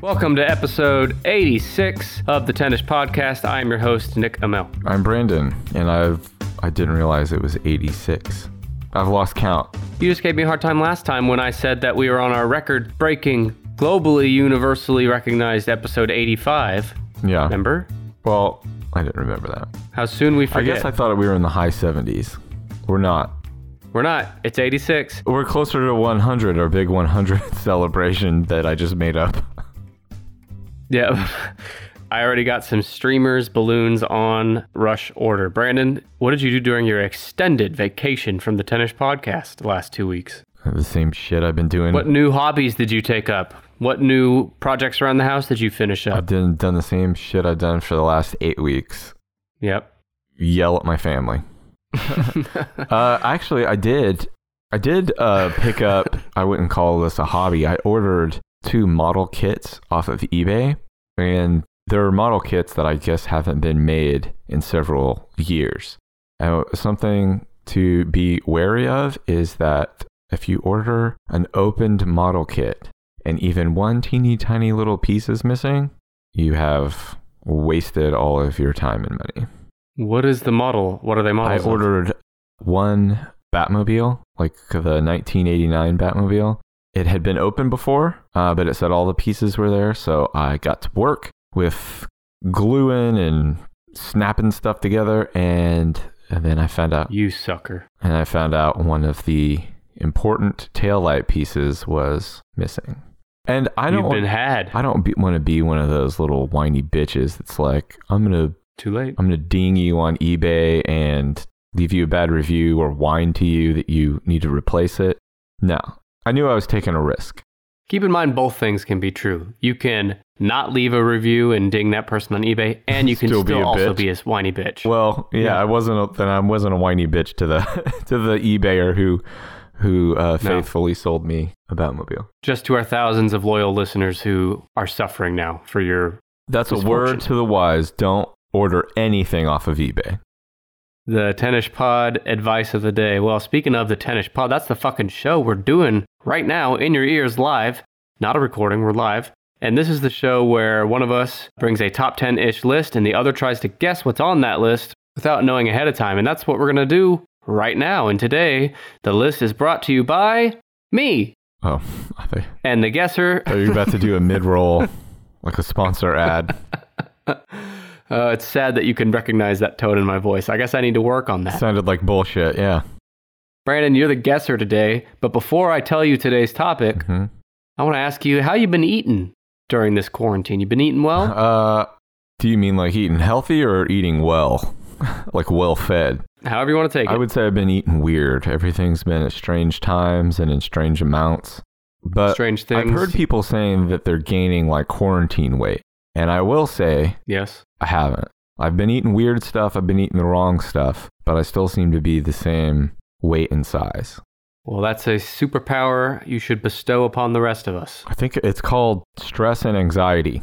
Welcome to episode 86 of the Tennis Podcast. I am your host, Nick Amel. I'm Brandon, and I've I didn't realize it was 86. I've lost count. You just gave me a hard time last time when I said that we were on our record breaking, globally, universally recognized episode 85. Yeah. Remember? Well, I didn't remember that. How soon we I forget. guess I thought we were in the high 70s. We're not. We're not. It's 86. We're closer to 100, our big 100th celebration that I just made up. Yeah. I already got some streamers, balloons on rush order. Brandon, what did you do during your extended vacation from the Tennis Podcast the last two weeks? The same shit I've been doing. What new hobbies did you take up? What new projects around the house did you finish I've up? done, done the same shit I've done for the last eight weeks. Yep. Yell at my family. Uh, actually, I did. I did uh, pick up. I wouldn't call this a hobby. I ordered two model kits off of eBay, and there are model kits that I guess haven't been made in several years. Uh, something to be wary of is that if you order an opened model kit and even one teeny tiny little piece is missing, you have wasted all of your time and money. What is the model? What are they I models? of? ordered one Batmobile, like the 1989 Batmobile. It had been open before, uh, but it said all the pieces were there. So I got to work with gluing and snapping stuff together, and, and then I found out. You sucker. And I found out one of the important taillight pieces was missing. And I don't, You've been want, had. I don't be, want to be one of those little whiny bitches that's like, I'm gonna Too late. I'm going to ding you on eBay and leave you a bad review or whine to you that you need to replace it. No, I knew I was taking a risk. Keep in mind both things can be true. You can not leave a review and ding that person on eBay, and you can still, Still be a also bitch. be a whiny bitch. Well, yeah, Yeah. I wasn't. A, then I wasn't a whiny bitch to the to the eBayer who who uh, faithfully sold me a Batmobile. Just to our thousands of loyal listeners who are suffering now for your That's a Misfortune. word to the wise. Don't order anything off of eBay. the tennis pod advice of the day. Well, speaking of the tennis pod, that's the fucking show we're doing right now in your ears live. Not a recording, we're live. And this is the show where one of us brings a top 10 ish list and the other tries to guess what's on that list without knowing ahead of time. And that's what we're going to do right now. And today, the list is brought to you by me. Oh, I thought And the guesser, I thought you were about to do a mid roll, like a sponsor ad. uh, it's sad that you can recognize that tone in my voice. I guess I need to work on that. Sounded like bullshit. Yeah. Brandon, you're the guesser today, but before I tell you today's topic, hmm I want to ask you how you've been eating during this quarantine. You've been eating well? Uh, do you mean like eating healthy or eating well? like well fed? However you want to take it. I would say I've been eating weird. Everything's been at strange times and in strange amounts. But Strange things. uh, I've heard people saying that they're gaining like quarantine weight. And I will say yes. I haven't. I've been eating weird stuff, I've been eating the wrong stuff, but I still seem to be the same weight and size. Well, that's a superpower you should bestow upon the rest of us. I think it's called stress and anxiety.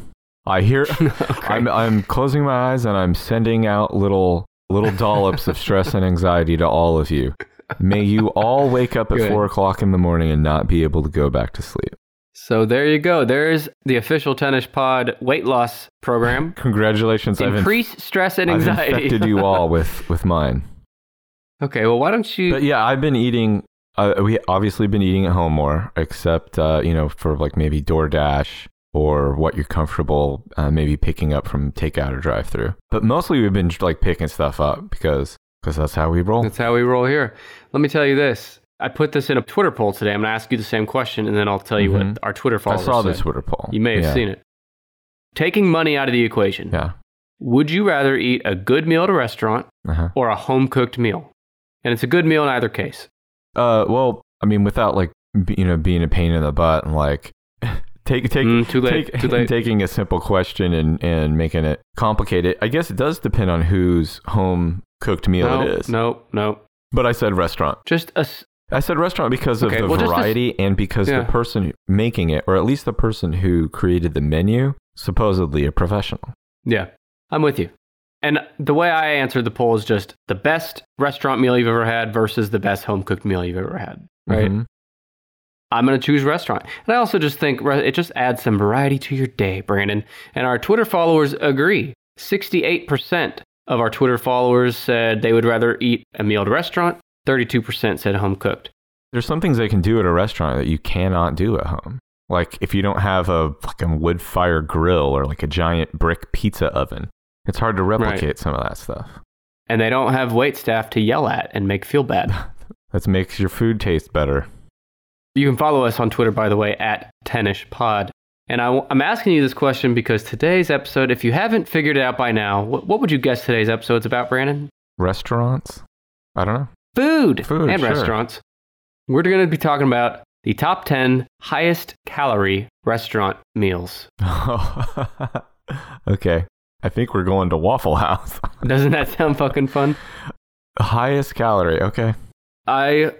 I hear Okay. I'm I'm closing my eyes and I'm sending out little little dollops of stress and anxiety to all of you. May you all wake up at Good. four o'clock in the morning and not be able to go back to sleep. so there you go. There's the official Tennis Pod weight loss program. Congratulations, I've, inf- Increase stress and I've anxiety. infected you all with with mine. okay, well, why don't you. But yeah, I've been eating. Uh, we obviously been eating at home more, except uh, you know for like maybe DoorDash or what you're comfortable uh, maybe picking up from takeout or drive through. But mostly we've been like picking stuff up because because that's how we roll. That's how we roll here. Let me tell you this. I put this in a Twitter poll today. I'm going to ask you the same question, and then I'll tell you Mhm. what our Twitter I followers saw the said. Twitter poll. You may have Yeah. seen it. Taking money out of the equation. Yeah. Would you rather eat a good meal at a restaurant Uh-huh. or a home cooked meal? And it's a good meal in either case. Uh, well, I mean, without like b- you know being a pain in the butt and like take take. Mm, too late. take- too late. taking a simple question and, and making it complicated. I guess it does depend on whose home cooked meal no, it is. no, no. But I said restaurant. Just a s- I said restaurant because of Okay, the well, just this- variety and because Yeah. the person making it, or at least the person who created the menu, supposedly a professional. yeah. I'm with you. And the way I answered the poll is just the Mm-hmm. Mm-hmm. best restaurant meal you've ever had versus the best home cooked meal you've ever had. Right. Mhm. I'm going to choose restaurant. And I also just think re- it just adds some variety to your day, Brandon. And our Twitter followers agree. 68% of our Twitter followers said they would rather eat a meal at a restaurant. 32% said home cooked. There's some things they can do at a restaurant that you cannot do at home. Like if you don't have a fucking wood fire grill or like a giant brick pizza oven, it's hard to replicate some of that stuff. And they don't have wait staff to yell at and make feel bad. That makes your food taste better. You can follow us on Twitter, by the way, at Tennish Pod. And I, am asking you this question because today's episode, if you haven't figured it out by now, what, what would you guess today's episode's about, Brandon? Restaurants? I don't know. Food, Food, and sure. restaurants. We're going to be talking about the top 10 highest calorie restaurant meals. okay. I think we're going to Waffle House. Doesn't that sound fucking fun? Highest calorie. Okay. I,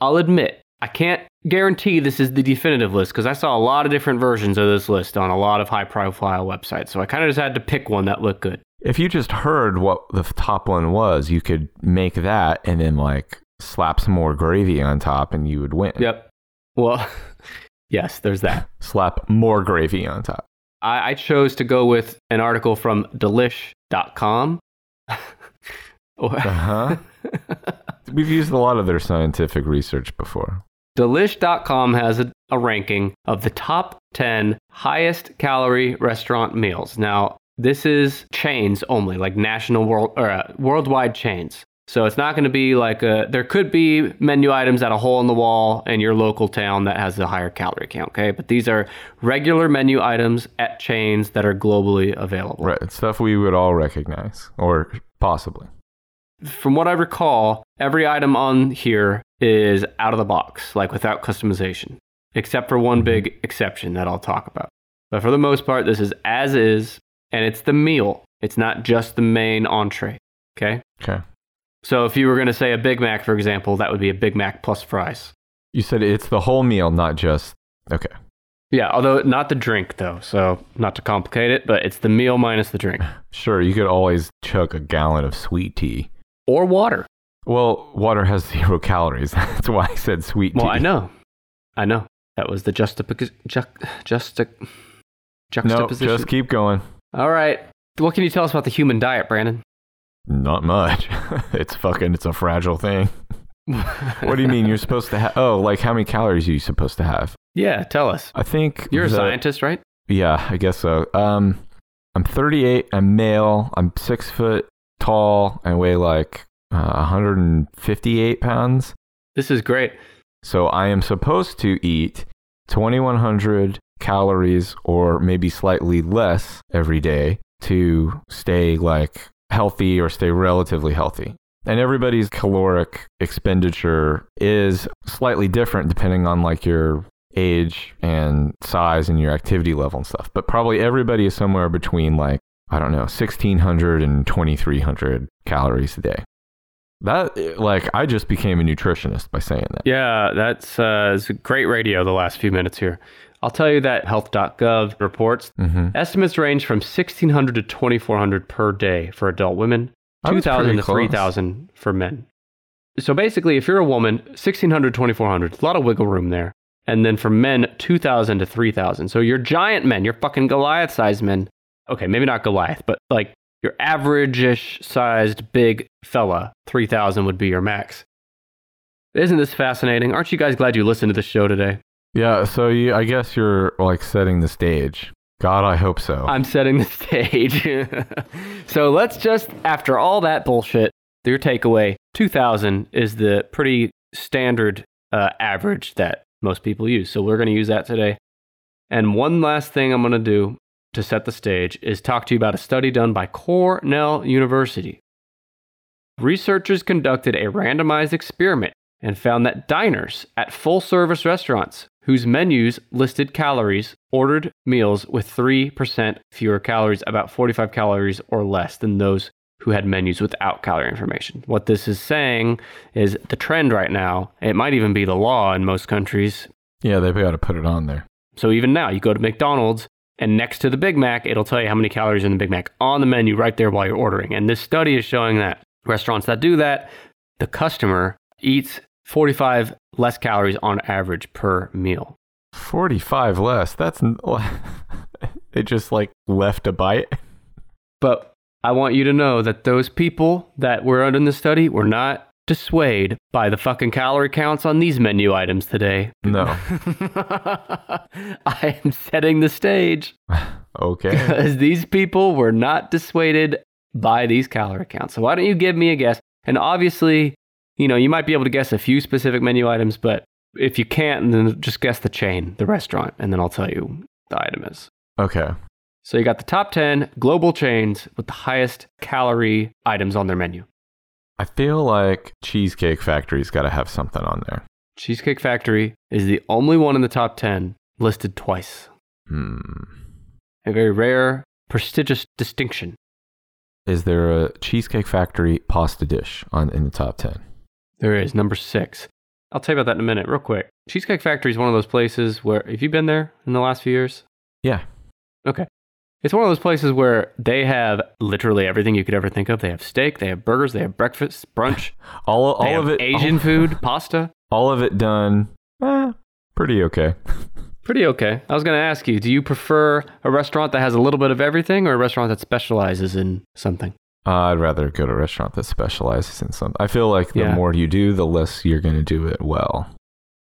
I'll admit, I can't guarantee this is the definitive list because I saw a lot of different versions of this list on a lot of high profile websites. So I kind of just had to pick one that looked good. If you just heard what the top one was, you could make that and then like slap some more gravy on top and you would win. Yep. Well, yes, there's that. Slap more gravy on top. I, I chose to go with an article from delish.com. Uh Or- huh. We've used a lot of their scientific research before. delish.com has a, a ranking of the top 10 highest calorie restaurant meals. Now, this is chains only, like national world or uh, worldwide chains. So it's not going to be like a, there could be menu items at a hole in the wall in your local town that has a higher calorie count, okay? But these are regular menu items at chains that are globally available. Right. Stuff we would all recognize or possibly. from what I recall, every item on here is out of the box, like without customization, except for one big exception that I'll talk about. But for the most part, this is as is, and it's the meal. It's not just the main entree. Okay. Okay. So if you were going to say a Big Mac, for example, that would be a Big Mac plus fries. You said it's the whole meal, not just. Okay. Yeah, although not the drink, though. So not to complicate it, but it's the meal minus the drink Sure, you could always chug a gallon of sweet tea. or water. Well, water has zero calories. That's why I said sweet Well, tea. I know. I know. That was the juxtapo- ju- juxta- No, juxtaposition. just keep going. All right. What can you tell us about the human diet, Brandon? Not much. it's fucking. It's a fragile thing. What do you mean? You're supposed to have? Oh, like how many calories are you supposed to have? yeah, tell us. I think You're a the- scientist, right? Yeah, I guess so. Um, I'm 38. I'm male. I'm six foot tall. I weigh like uh, 158 pounds. This is great. So I am supposed to eat 2100 calories or maybe slightly less every day to stay like healthy or stay relatively healthy. And everybody's caloric expenditure is slightly different depending on like your age and size and your activity level and stuff. But probably everybody is somewhere between like I don't know 1600 and 2300 calories a day. That like I just became a nutritionist by saying that. Yeah, that's uh, it's great radio the last few minutes here. I'll tell you that health.gov reports Mm-hmm. estimates range from 1,600 to 2,400 per day for adult women, I was 2,000 pretty to close. 3,000 for men. So basically, if you're a woman, 1,600, 2,400. A lot of wiggle room there. And then for men, 2,000 to 3,000. So your giant men, your fucking Goliath sized men. Okay, maybe not Goliath, but like your average ish sized big fella, 3,000 would be your max. Isn't this fascinating? Aren't you guys glad you listened to the show today? Yeah, so you, I guess you're like setting the stage. God, I hope so. I'm setting the stage. so let's just, after all that bullshit, your takeaway 2000 is the pretty standard uh, average that most people use. So we're going to use that today. And one last thing I'm going to do to set the stage is talk to you about a study done by Cornell University. Researchers conducted a randomized experiment and found that diners at full service restaurants whose menus listed calories ordered meals with 3% fewer calories, about 45 calories or less than those who had menus without calorie information. What this is saying is the trend right now, it might even be the law in most countries. yeah, they've got to put it on there. So even now, you go to McDonald's and next to the Big Mac, it'll tell you how many calories are in the Big Mac on the menu right there while you're ordering. And this study is showing that restaurants that do that, the customer eats 45 less calories on average per meal. 45 less. That's. n- It just like left a bite. But I want you to know that those people that were in the study were not dissuaded by the fucking calorie counts on these menu items today. No. I am setting the stage Okay. because these people were not dissuaded by these calorie counts. So why don't you give me a guess? And obviously, you know, you might be able to guess a few specific menu items, but if you can't, then just guess the chain, the restaurant, and then I'll tell you the item is. Okay. So you got the top 10 global chains with the highest calorie items on their menu. I feel like Cheesecake Factory's got to have something on there. Cheesecake Factory is the only one in the top 10 listed twice. Hmm. A very rare, prestigious distinction. Is there a Cheesecake Factory pasta dish on in the top 10? There is number six. I'll tell you about that in a minute, real quick. Cheesecake Factory is one of those places where, have you been there in the last few years? Yeah. Okay. It's one of those places where they have literally everything you could ever think of. They have steak, they have burgers, they have breakfast, brunch, All, all they have of it Asian all- food, pasta. All of it done. eh, pretty okay. Pretty okay. I was going to ask you, do you prefer a restaurant that has a little bit of everything or a restaurant that specializes in something? I'd rather go to a restaurant that specializes in something. I feel like the Yeah. more you do, the less you're going to do it well.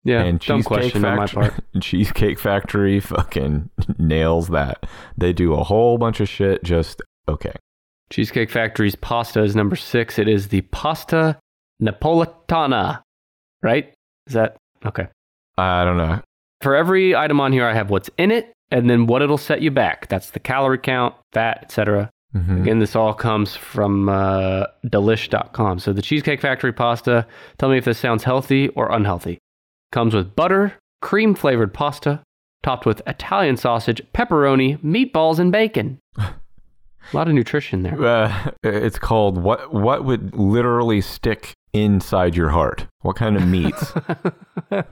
Yeah, and dumb Cheesecake question on my Factory, part. Cheesecake Factory fucking nails that. They do a whole bunch of shit just okay. Cheesecake Factory's pasta is number six. It is the pasta napolitana, right? Is that okay? I don't know. For every item on here, I have what's in it and then what it'll set you back. That's the calorie count, fat, etc. Mhm. Again, this all comes from uh, delish.com. So the Cheesecake Factory pasta, tell me if this sounds healthy or unhealthy. Comes with butter, cream flavored pasta, topped with Italian sausage, pepperoni, meatballs, and bacon. A lot of nutrition there. Uh, it's called what? What would literally stick inside your heart? What kind of meats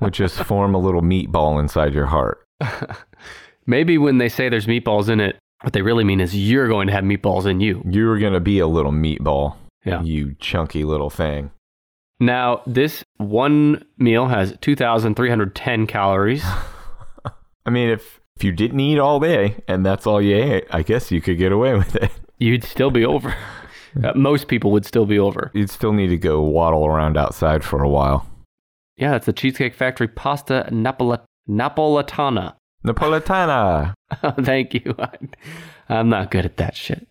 would just form a little meatball inside your heart? Maybe when they say there's meatballs in it, what they really mean is you're going to have meatballs in you. You're gonna be a little meatball. Yeah. You chunky little thing. Now, this one meal has 2,310 calories. I mean, if if you didn't eat all day and that's all you ate, I guess you could get away with it. You'd still be over. Uh, most people would still be over. You'd still need to go waddle around outside for a while. Yeah, it's the Cheesecake Factory pasta Napoli- Napolitana. Napolitana. Thank you. I'm not good at that shit.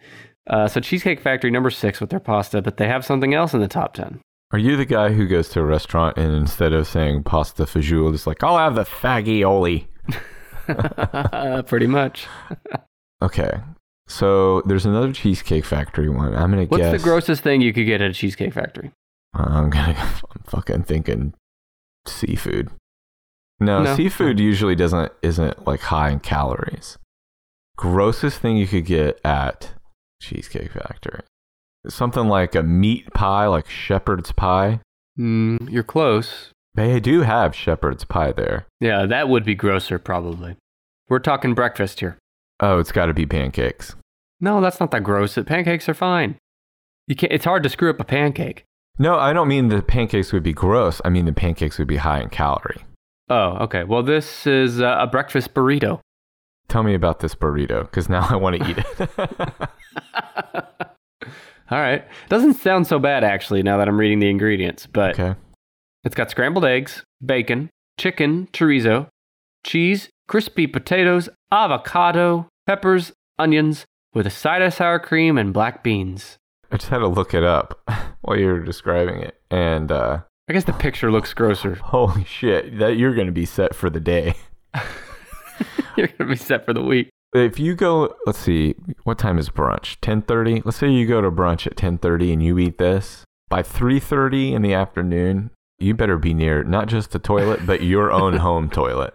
Uh, so Cheesecake Factory number six with their pasta, but they have something else in the top ten. Are you the guy who goes to a restaurant and instead of saying pasta fagioli, it's like, I'll have the fagioli? Pretty much. Okay. So there's another Cheesecake Factory one. I'm gonna What's guess. the grossest thing you could get at a Cheesecake Factory? I'm gonna. I'm fucking thinking seafood. No, No. seafood usually doesn't isn't like high in calories. Grossest thing you could get at Cheesecake Factory, something like a meat pie, like shepherd's pie. Mm, you're close. They do have shepherd's pie there. Yeah, that would be grosser probably. We're talking breakfast here. Oh, it's got to be pancakes. No, that's not that gross. Pancakes are fine. You can't, it's hard to screw up a pancake. No, I don't mean the pancakes would be gross. I mean the pancakes would be high in calorie. Oh, okay. Well, this is uh, a breakfast burrito. Tell me about this burrito, because now I want to eat it. All right. Doesn't sound so bad actually now that I'm reading the ingredients, but okay. it's got scrambled eggs, bacon, chicken, chorizo, cheese, crispy potatoes, avocado, peppers, onions, with a side of sour cream and black beans. I just had to look it up while you were describing it, and uh, I guess the picture looks grosser. holy shit, that you're going to be set for the day. You're gonna be set for the week. If you go, let's see, what time is brunch? Ten thirty. Let's say you go to brunch at ten thirty and you eat this by three thirty in the afternoon. You better be near not just the toilet, but your own home toilet.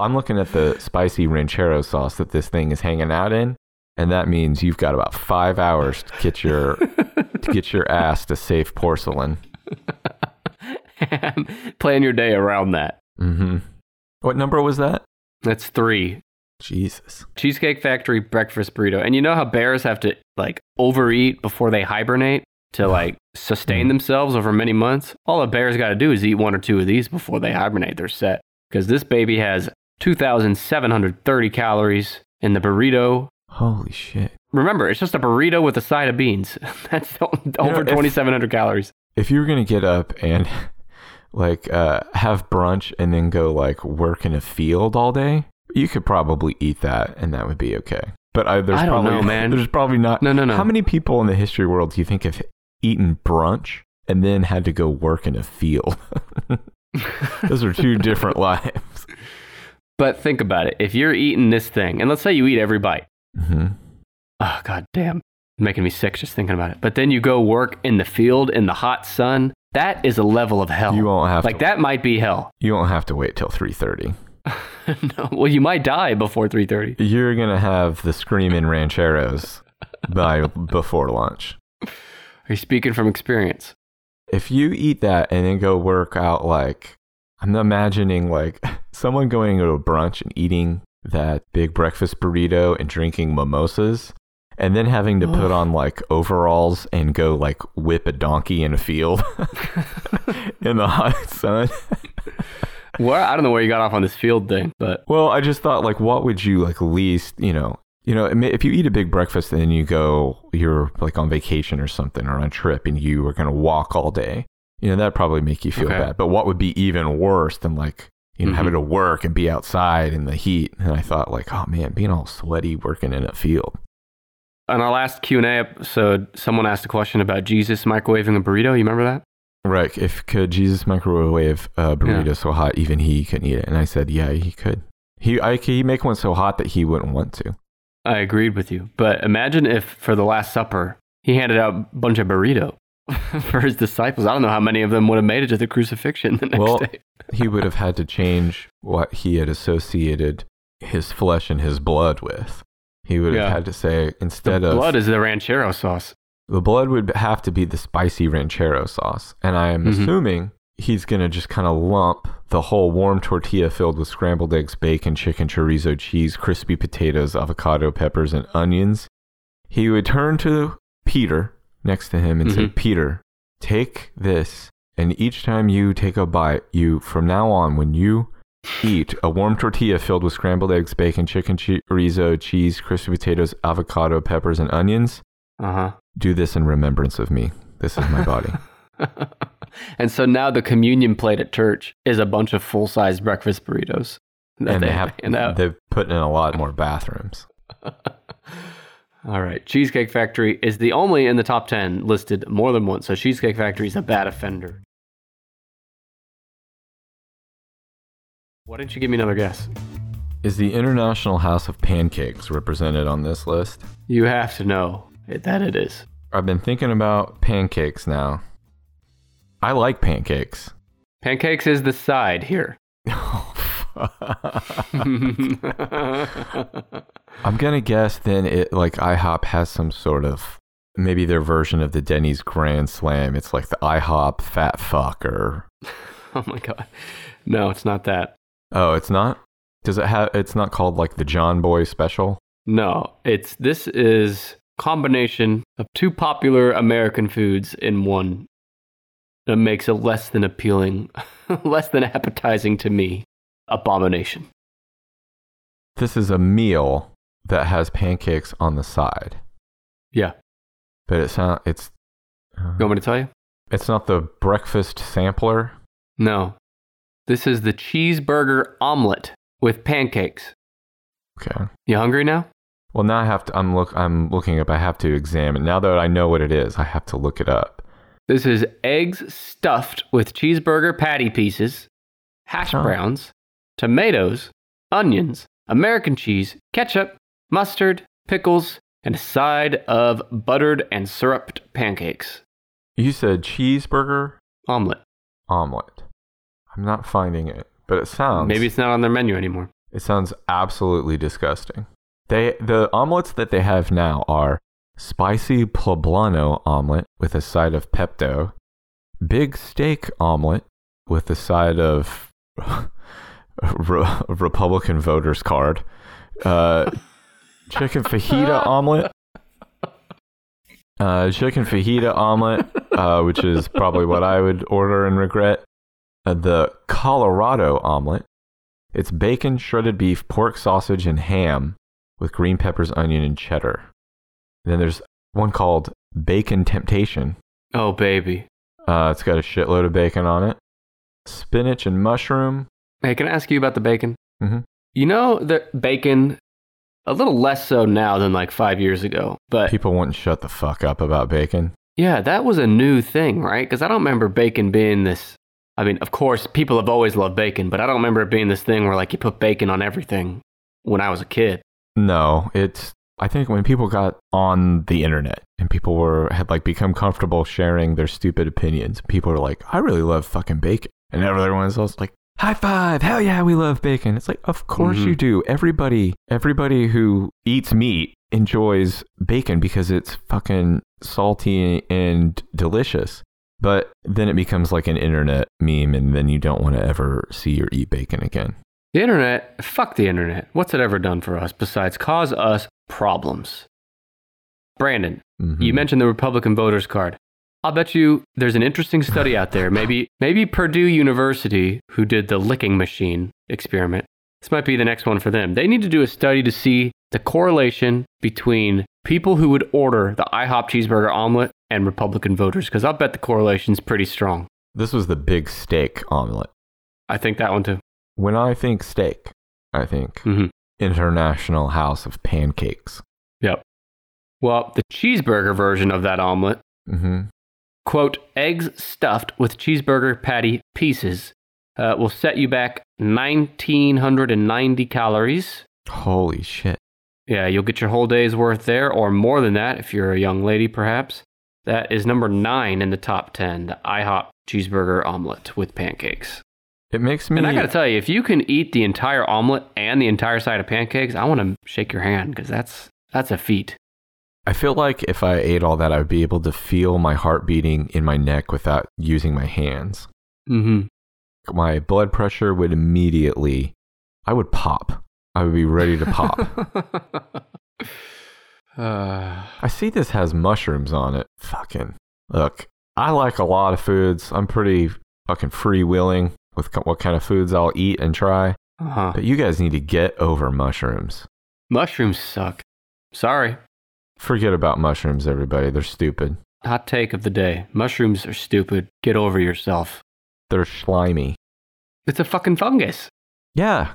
I'm looking at the spicy ranchero sauce that this thing is hanging out in, and that means you've got about five hours to get your to get your ass to safe porcelain. Plan your day around that. Mm-hmm. What number was that? That's three. Jesus. Cheesecake Factory breakfast burrito. And you know how bears have to like overeat before they hibernate? to Uh-huh. like sustain themselves over many months, all a bear's got to do is eat one or two of these before they hibernate. They're set. Because this baby has 2,730 calories in the burrito. Holy shit. Remember, it's just a burrito with a side of beans. That's o- over if- 2,700 calories. If you were gonna get up and like uh, have brunch and then go like work in a field all day, you could probably eat that and that would be okay. But I, there's I don't probably know, man. there's probably not. No, no, no. How many people in the history world do you think have eaten brunch and then had to go work in a field? Those are two different lives. But think about it. If you're eating this thing, and let's say you eat every bite, hmm oh god damn, making me sick just thinking about it. But then you go work in the field in the hot sun. That is a level of hell. You won't have like to, that might be hell. You won't have to wait till three thirty. no, well, you might die before 3:30. You're gonna have the screaming rancheros by before lunch. Are you speaking from experience? if you eat that and then go work out like i'm imagining like someone going to a brunch and eating that big breakfast burrito and drinking mimosas and then having to put Oof. on like overalls and go like whip a donkey in a field in the hot sun Well, I don't know where you got off on this field thing, but well i just thought like what would you like least you know you know I mean, if you eat a big breakfast and then you go you're like on vacation or something or on a trip and you are going to walk all day you know that'd probably make you feel Okay. bad but what would be even worse than like you know Mhm. having to work and be outside in the heat and i thought like oh man being all sweaty working in a field on our last Q and A episode, someone asked a question about Jesus microwaving a burrito. You remember that? right if could jesus microwave a burrito Yeah. so hot even he couldn't eat it and i said yeah he could he i could he make one so hot that he wouldn't want to I agreed with you. But imagine if for the Last Supper, he handed out a bunch of burrito for his disciples. I don't know how many of them would have made it to the crucifixion the next Well, day. he would have had to change what he had associated his flesh and his blood with. He would Yeah. have had to say The instead of blood is the ranchero sauce. the blood would have to be the spicy ranchero sauce, and I am Mhm. assuming he's gonna just kind of lump the whole warm tortilla filled with scrambled eggs, bacon, chicken, chorizo, cheese, crispy potatoes, avocado, peppers, and onions. He would turn to Peter next to him and say, Mhm. "Peter, take this, and each time you take a bite, you from now on, when you eat a warm tortilla filled with scrambled eggs, bacon, chicken, chorizo, cheese, crispy potatoes, avocado, peppers, and onions." Uh Do this in remembrance of me. This is my body. huh. and so now the communion plate at church is a bunch of full sized breakfast burritos. that and they have hand out. they've put in a lot more bathrooms. All right. Cheesecake Factory is the only in the top 10 listed more than once. So Cheesecake Factory is a bad offender. Why didn't you give me another guess? Is the International House of Pancakes represented on this list? You have to know it- that it is. I've been thinking about pancakes now. I like pancakes. Pancakes is the side here. I'm gonna guess then it like IHOP has some sort of maybe their version of the Denny's Grand Slam. It's like the IHOP Fat Fuck or oh my god. No, it's not that. oh, it's not. Does it have? It's not called like the John Boy Special. No, it's this is combination of two popular American foods in one that makes a less than appealing, less than appetizing to me abomination. This is a meal that has pancakes on the side, Yeah, but it's not. It's uh, you want me to tell you? it's not the breakfast sampler. No, this is the cheeseburger omelet with pancakes. Okay. You hungry now? Well, now I have to. I'm look. I'm looking up. I have to examine. Now that I know what it is, I have to look it up. This is eggs stuffed with cheeseburger patty pieces, hash Huh. browns, tomatoes, onions, American cheese, ketchup, mustard, pickles, and a side of buttered and syruped pancakes. You said cheeseburger Omelet. omelet. I'm not finding it, but it sounds. Maybe it's not on their menu anymore. It sounds absolutely disgusting. They the omelets that they have now are spicy poblano omelet with a side of Pepto, big steak omelet with a side of Re- Republican voters card, uh, chicken fajita omelet, Uh, chicken fajita omelet, uh, which is probably what I would order and regret. Uh, the Colorado omelet. It's bacon, shredded beef, pork sausage, and ham with green peppers, onion, and cheddar. And then there's one called Bacon Temptation. Oh, baby. Uh, it's got a shitload of bacon on it, spinach and mushroom. Hey, can I ask you about the bacon? Mhm. You know that bacon, a little less so now than like five years ago, but People wouldn't shut the fuck up about bacon. yeah, that was a new thing, right? Because I don't remember bacon being this. I mean, of course, people have always loved bacon, but I don't remember it being this thing where like you put bacon on everything when I was a kid. No, it's. I think when people got on the internet and people were had like become comfortable sharing their stupid opinions, people were like, "I really love fucking bacon," and everyone's else like, "High five! Hell yeah, we love bacon!" It's like, of course Mhm. you do. Everybody, everybody who eats meat enjoys bacon because it's fucking salty and delicious. But then it becomes like an internet meme, and then you don't want to ever see or eat bacon again. The internet, fuck the internet. What's it ever done for us besides cause us problems? Brandon, You Mhm. mentioned the Republican voters card. I'll bet you there's an interesting study out there. Maybe maybe Purdue University, who did the licking machine experiment. This might be the next one for them. They need to do a study to see the correlation between people who would order the IHOP cheeseburger omelet and Republican voters, because I'll bet the correlation's pretty strong. this was the big steak omelet. I think that one too. When I think steak, I think Mhm. International House of Pancakes. Well, the cheeseburger version of that omelet Mm-hmm. quote, eggs stuffed with cheeseburger patty pieces uh, will set you back 1,990 calories. Holy shit. Yeah, you'll get your whole day's worth there, or more than that if you're a young lady, perhaps. That is number nine in the top 10, the IHOP cheeseburger omelet with pancakes. It makes me. And I gotta tell you, if you can eat the entire omelet and the entire side of pancakes, I wanna shake your hand, because that's, that's a feat. I feel like if I ate all that, I'd be able to feel my heart beating in my neck without using my hands. Mm-hmm. My blood pressure would immediately. I would pop. I would be ready to pop. uh, I see this has mushrooms on it. Fucking. Look, I like a lot of foods. I'm pretty fucking freewheeling with co- what kind of foods I'll eat and try. uh-huh. But you guys need to get over mushrooms. Mushrooms suck. Sorry. Forget about mushrooms, everybody. They're stupid. Hot take of the day. Mushrooms are stupid. Get over yourself. They're slimy. It's a fucking fungus. Yeah.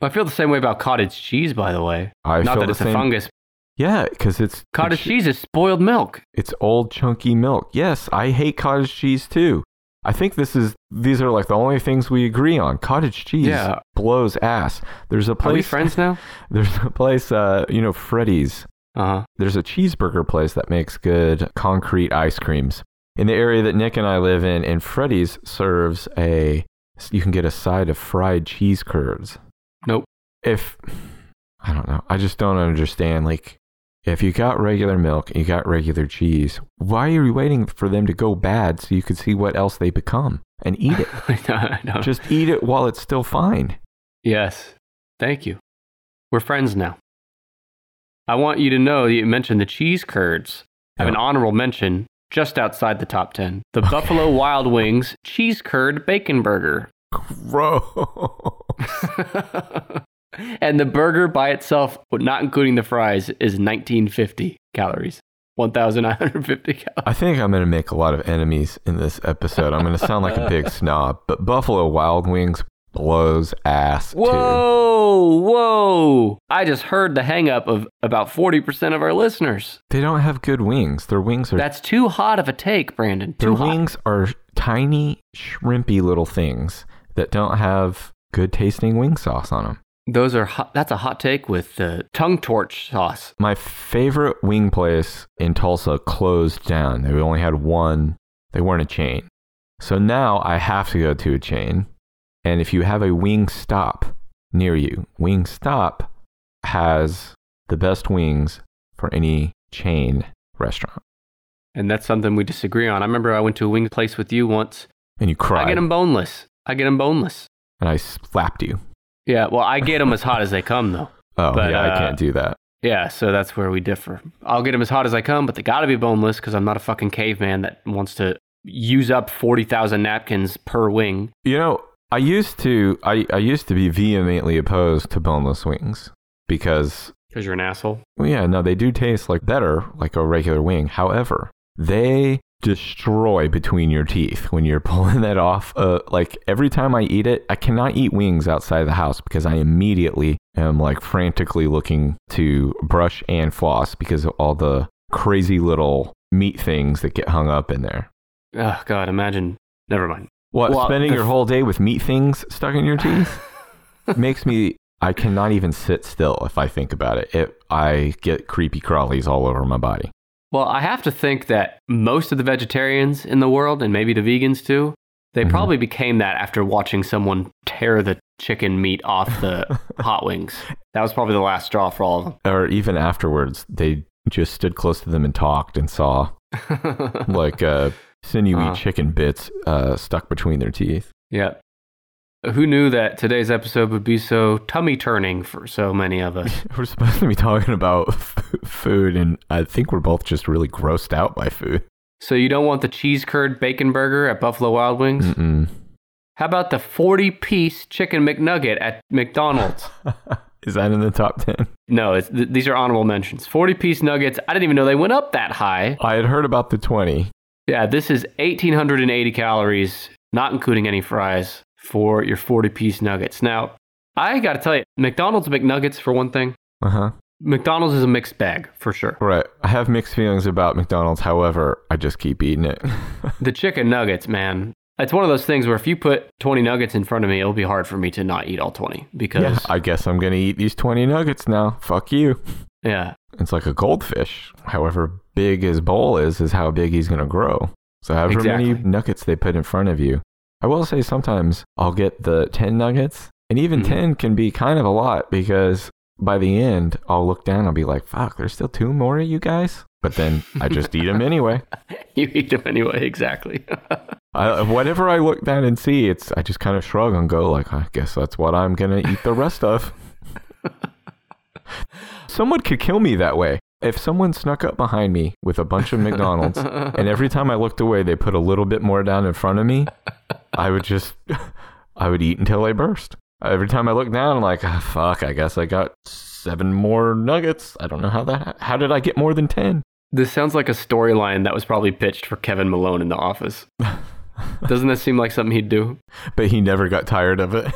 I feel the same way about cottage cheese, by the way. I Not feel that the it's same. a fungus. Yeah, because it's Cottage it's, cheese is spoiled milk. It's old chunky milk. Yes, I hate cottage cheese too. I think this is these are like the only things we agree on. Cottage cheese Yeah. blows ass. There's a Are we place friends now? there's a place uh you know Freddy's Uh huh. there's a cheeseburger place that makes good concrete ice creams in the area that Nick and I live in. And Freddy's serves a you can get a side of fried cheese curds. Nope. If I don't know, I just don't understand. Like, if you got regular milk, you got regular cheese. Why are you waiting for them to go bad so you could see what else they become and eat it? I don't- just eat it while it's still fine. Yes. Thank you. We're friends now. I want you to know that you mentioned the cheese curds. I have an Yeah. honorable mention just outside the top 10. The Okay. Buffalo Wild Wings Cheese Curd Bacon Burger. Bro. and the burger by itself, but not including the fries, is 1950 calories. 1950 calories. I think I'm going to make a lot of enemies in this episode. I'm going to sound like a big snob, but Buffalo Wild Wings blows ass too. Whoa, whoa. I just heard the hang up of about 40% of our listeners. They don't have good wings. Their wings are That's too hot of a take, Brandon. their Too hot. wings are tiny, shrimpy little things that don't have good tasting wing sauce on them. Those are hot. That's a hot take with the tongue torch sauce. My favorite wing place in Tulsa closed down. They only had one. They weren't a chain. So now I have to go to a chain. And if you have a wing stop near you, Wing Stop has the best wings for any chain restaurant. And that's something we disagree on. I remember I went to a wing place with you once. And you I cried. get them boneless. I get them boneless. and I slapped you. Yeah, well, I get them as hot as they come, though. Oh, But, yeah, I uh, can't do that. Yeah, so that's where we differ. I'll get them as hot as I come, but they gotta be boneless because I'm not a fucking caveman that wants to use up 40,000 napkins per wing. You know, I used to I, I used to be vehemently opposed to boneless wings because Because you're an asshole. well, yeah, no, they do taste like better like a regular wing. However, they destroy between your teeth when you're pulling that off. Uh, like every time I eat it, I cannot eat wings outside of the house because I immediately am like frantically looking to brush and floss because of all the crazy little meat things that get hung up in there. Oh, God, imagine. Never mind. What, Well, spending the your f- whole day with meat things stuck in your teeth makes me. I cannot even sit still if I think about it. it. I get creepy crawlies all over my body. Well, I have to think that most of the vegetarians in the world, and maybe the vegans too, they Mhm. probably became that after watching someone tear the chicken meat off the hot wings. That was probably the last straw for all Or even afterwards, they just stood close to them and talked and saw of them. like uh, sinewy Uh-huh. chicken bits uh, stuck between their teeth. yeah. Who knew that today's episode would be so tummy turning for so many of us? We're supposed to be talking about food, and I think we're both just really grossed out by food. So you don't want the cheese curd bacon burger at Buffalo Wild Wings? Mm-mm. How about the 40 piece chicken McNugget at McDonald's? Is that in the top 10? no, it's, th- these are honorable mentions. 40 piece nuggets. I didn't even know they went up that high. I had heard about the 20. Yeah, this is 1,880 calories, not including any fries, for your 40 piece nuggets. Now, I got to tell you, McDonald's McNuggets, for one thing, Uh huh. McDonald's is a mixed bag for sure. Right. I have mixed feelings about McDonald's. However, I just keep eating it. The chicken nuggets, man. It's one of those things where if you put 20 nuggets in front of me, it'll be hard for me to not eat all 20 because, yeah, I guess I'm going to eat these 20 nuggets now. Fuck you. yeah, It's like a goldfish. However big his bowl is, is how big he's going to grow. So, however many Exactly. nuggets they put in front of you. I will say sometimes I'll get the 10 nuggets, and even Mhm. 10 can be kind of a lot because by the end, I'll look down and I'll be like, fuck, there's still two more of you guys. But then I just eat them anyway. you eat them anyway. Exactly. I, whatever I look down and see, it's I just kind of shrug and go like, I guess that's what I'm gonna eat the rest of. someone could kill me that way. If someone snuck up behind me with a bunch of McDonald's, and every time I looked away, they put a little bit more down in front of me, I would just, I would eat until I burst. Every time I look down, I'm like, "Ah, fuck, I guess I got seven more nuggets. I don't know how that. How did I get more than ten? This sounds like a storyline that was probably pitched for Kevin Malone in The Office. Doesn't that seem like something he'd do? But he never got tired of it.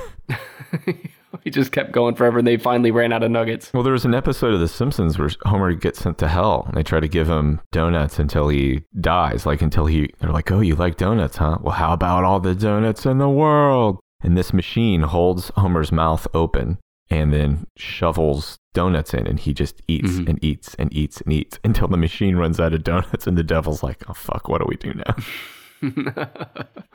he just kept going forever and they finally ran out of nuggets. Well, there was an episode of The Simpsons where Homer gets sent to hell, and they try to give him donuts until he dies. Like until he, they're like, "Oh, you like donuts, huh? Well, how about all the donuts in the world?" And this machine holds Homer's mouth open and then shovels donuts in, and he just eats Mhm. and eats and eats and eats until the machine runs out of donuts, and the devil's like, "Oh fuck, what do we do now?" All right,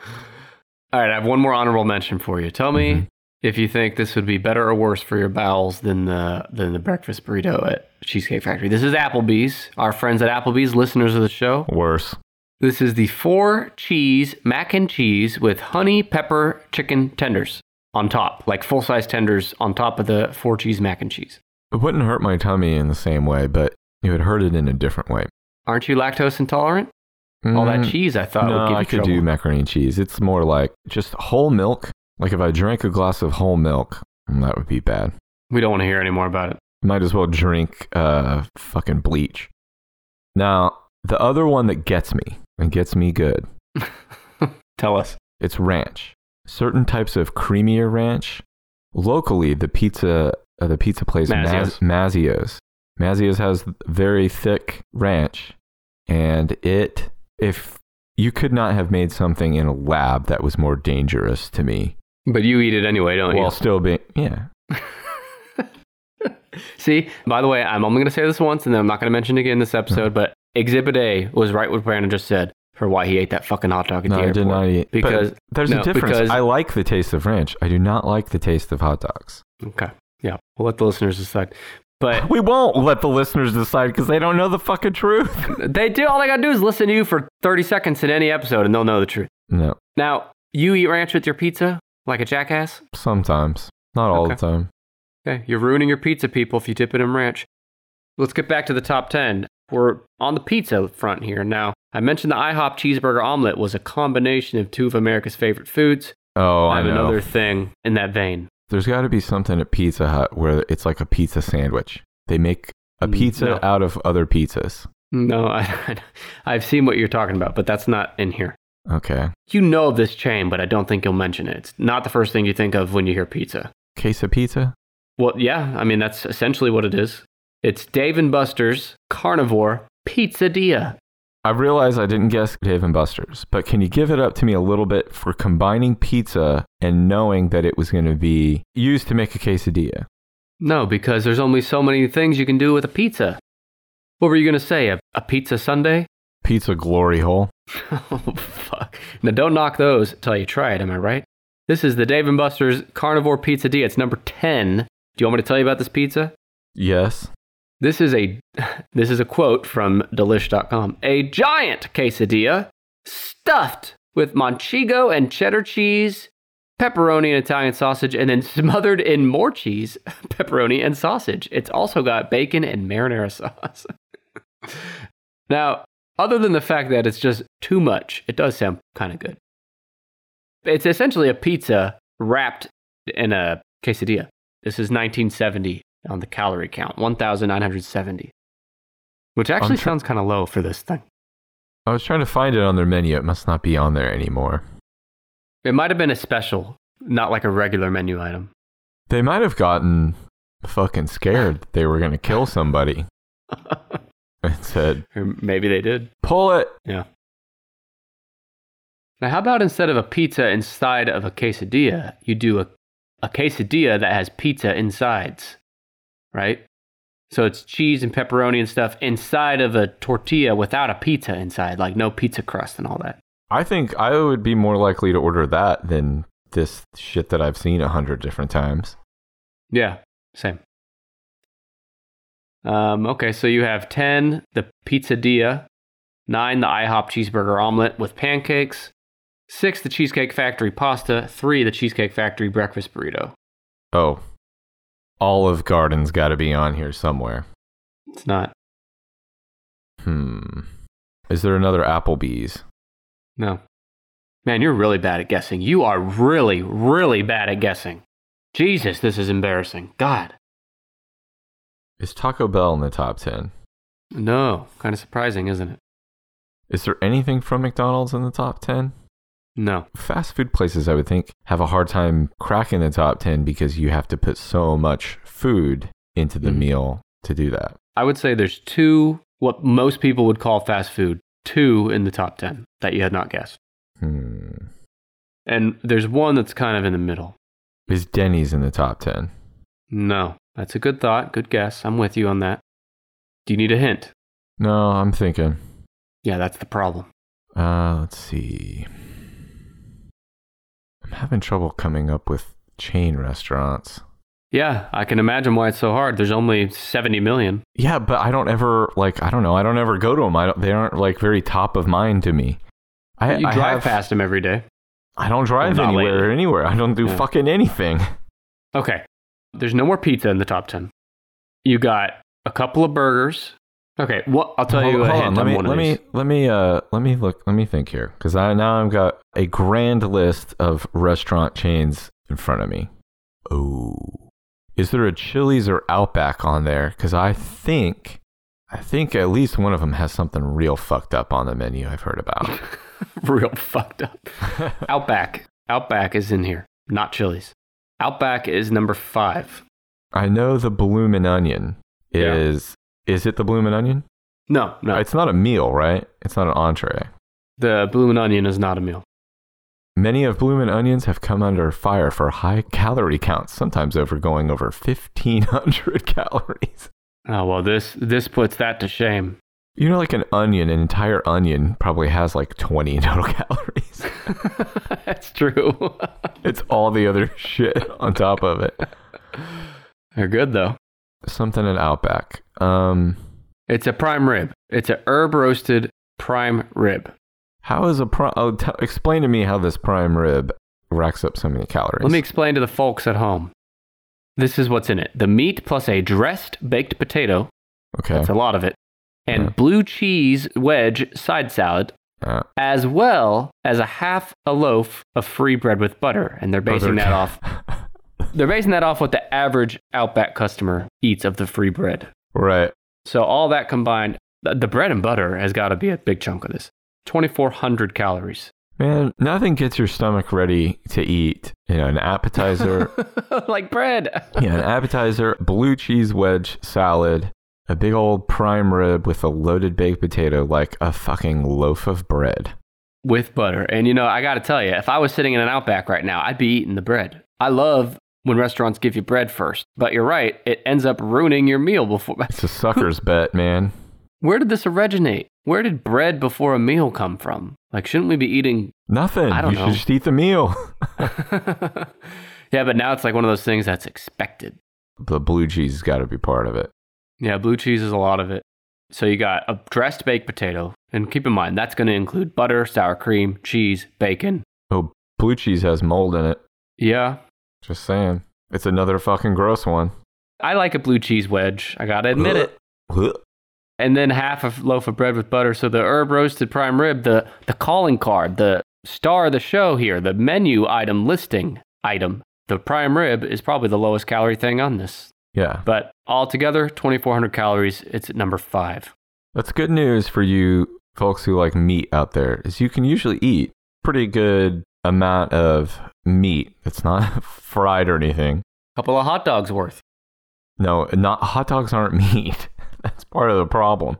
I have one more honorable mention for you. Tell me Mhm. if you think this would be better or worse for your bowels than the than the breakfast burrito at Cheesecake Factory. This is Applebee's, our friends at Applebee's, listeners of the show. Worse. This is the four cheese mac and cheese with honey pepper chicken tenders on top, like full size tenders on top of the four cheese mac and cheese. It wouldn't hurt my tummy in the same way, but it would hurt it in a different way. Aren't you lactose intolerant? All that Mm, cheese I thought no, would give you I could trouble. do macaroni and cheese. It's more like just whole milk. Like if I drank a glass of whole milk, mm, that would be bad. we don't want to hear any more about it. Might as well drink uh, fucking bleach. Now, the other one that gets me and gets me good, Tell us. it's ranch. Certain types of creamier ranch. Locally, the pizza uh, the pizza place Mazio's. Maz- Mazio's. Mazio's has very thick ranch, and it if you could not have made something in a lab that was more dangerous to me But you eat it anyway, don't while still being yeah you? See, by the way, I'm only going to say this once and then I'm not going to mention it again in this episode, but Exhibit A was right what Brandon just said for why he ate that fucking hot dog at no the i airport. did not eat But because there's no, a difference because- i like the taste of ranch i do not like the taste of hot dogs Okay. Yeah. We'll let the listeners decide. But we won't let the listeners decide because they don't know the fucking truth they do all they gotta do is listen to you for 30 seconds in any episode and they'll know the truth. no Now, you eat ranch with your pizza like a jackass? sometimes not all the Okay. time Okay. You're ruining your pizza people if you dip it in ranch. Let's get back to the top 10. We're on the pizza front here. Now, I mentioned the IHOP cheeseburger omelet was a combination of two of America's favorite foods. Oh, I I have know. another thing in that vein. There's got to be something at Pizza Hut where it's like a pizza sandwich. They make a Mm, pizza no. out of other pizzas. No, I, I've seen what you're talking about, but that's not in here. Okay. You know of this chain, but I don't think you'll mention it. It's not the first thing you think of when you hear pizza. Queso pizza? Well, yeah, I mean, that's essentially what it is. It's Dave and Buster's Carnivore Pizzeria. I realize I didn't guess Dave and Buster's, but can you give it up to me a little bit for combining pizza and knowing that it was going to be used to make a quesadilla? No, because there's only so many things you can do with a pizza. What were you going to say? A, a pizza Sunday? Pizza glory hole. oh, fuck. Now, don't knock those till you try it, am I right? This is the Dave and Buster's Carnivore Pizzeria. It's number 10. Do you want me to tell you about this pizza? Yes. This is a this is a quote from delish.com. A giant quesadilla stuffed with manchego and cheddar cheese, pepperoni and Italian sausage and then smothered in more cheese, pepperoni and sausage. It's also got bacon and marinara sauce. now, other than the fact that it's just too much, it does sound kind of good. It's essentially a pizza wrapped in a quesadilla. This is 1970 on the calorie count, 1,970, which actually tr- sounds kind of low for this thing. I was trying to find it on their menu. It must not be on there anymore. It might have been a special, not like a regular menu item. They might have gotten fucking scared that they were going to kill somebody and said, or maybe they did. pull it. Now, how about instead of a pizza inside of a quesadilla, you do a, a quesadilla that has pizza insides, right? So it's cheese and pepperoni and stuff inside of a tortilla without a pizza inside, like no pizza crust and all that. I think I would be more likely to order that than this shit that I've seen a hundred different times. Yeah, same. Um, okay, so you have 10, the pizzeria, 9, the IHOP cheeseburger omelet with pancakes, 6, the Cheesecake Factory pasta, 3, the Cheesecake Factory breakfast burrito. Oh, Olive Garden's got to be on here somewhere. It's not, Hmm. Is there another Applebee's? no. Man, you're really bad at guessing. You are really, really bad at guessing. Jesus, this is embarrassing. God. Is Taco Bell in the top 10? No, kind of surprising, isn't it? Is there anything from McDonald's in the top 10? No. Fast food places, I would think, have a hard time cracking the top 10 because you have to put so much food into the Mhm. meal to do that. I would say there's two, what most people would call fast food, two in the top 10 that you had not guessed. Hmm. And there's one that's kind of in the middle. Is Denny's in the top 10? No, that's a good thought. Good guess. I'm with you on that. Do you need a hint? No, I'm thinking. Yeah, that's the problem. Uh, let's see. I'm having trouble coming up with chain restaurants. Yeah, I can imagine why it's so hard. There's only 70 million. Yeah, but I don't ever like. I don't know. I don't ever go to them. I don't. They aren't like very top of mind to me. I, you I drive have- past them every day. I don't drive Not anywhere. lately. Anywhere. I don't do Yeah. fucking anything. Okay. There's no more pizza in the top 10. You got a couple of burgers. Okay, what I'll tell you a hint Let on me. one Let of me. these. Let me. Uh. Let me look. Let me think here, because I now I've got a grand list of restaurant chains in front of me. Oh, is there a Chili's or Outback on there? Because I think, I think at least one of them has something real fucked up on the menu. I've heard about. Real fucked up. Outback. Outback is in here, not Chili's. Outback is number five. I know the bloomin' onion Yeah. is. Is it the bloomin' onion? No, no. It's not a meal, right? It's not an entree. the bloomin' onion is not a meal. Many of bloomin' onions have come under fire for high calorie counts, sometimes over going over 1,500 calories. Oh well, this this puts that to shame. You know, like an onion, an entire onion probably has like 20 total calories. That's true. it's all the other shit on top of it. They're good though. Something at Outback. Um, It's a prime rib. It's a herb roasted prime rib. how is a prime? Oh, t- explain to me how this prime rib racks up so many calories. Let me explain to the folks at home. This is what's in it: the meat plus a dressed baked potato, Okay. That's a lot of it. And Yeah. blue cheese wedge side salad, Uh, as well as a half a loaf of free bread with butter. And they're basing they're- that off. They're basing that off what the average Outback customer eats of the free bread. right. So all that combined, th- the bread and butter has got to be a big chunk of this. 2,400 calories. Man, nothing gets your stomach ready to eat. You know, an appetizer, like bread. yeah, an appetizer, blue cheese wedge salad, a big old prime rib with a loaded baked potato, like a fucking loaf of bread. with butter. And you know, I got to tell you, if I was sitting in an Outback right now, I'd be eating the bread. I love when restaurants give you bread first, but you're right, it ends up ruining your meal before. It's a sucker's bet, man. Where did this originate? Where did bread before a meal come from? Like, shouldn't we be eating? Nothing. I don't you know. should just eat the meal. yeah, but now it's like one of those things that's expected. the blue cheese has got to be part of it. Yeah, blue cheese is a lot of it. So you got a dressed baked potato, and keep in mind that's going to include butter, sour cream, cheese, bacon. Oh, blue cheese has mold in it. Yeah, Just saying. It's another fucking gross one. I like a blue cheese wedge. I got to admit it. and then half a loaf of bread with butter. So the herb roasted prime rib, the the calling card, the star of the show here, the menu item listing item. The prime rib is probably the lowest calorie thing on this, Yeah. but altogether 2,400 calories. It's at number five. That's good news for you folks who like meat out there is you can usually eat pretty good amount of meat. It's not fried or anything. Couple of hot dogs worth. No, not hot dogs aren't meat. That's part of the problem.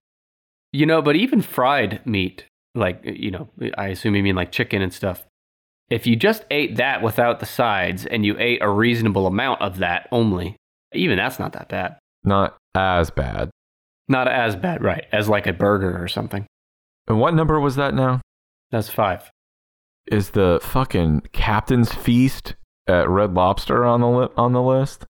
You know, but even fried meat, like you know, I assume you mean like chicken and stuff. If you just ate that without the sides and you ate a reasonable amount of that only, even that's not that bad. Not as bad. Not as bad, right, as like a burger or something. And what number was that now? That's five. Is the fucking Captain's Feast at Red Lobster on the li- on the list?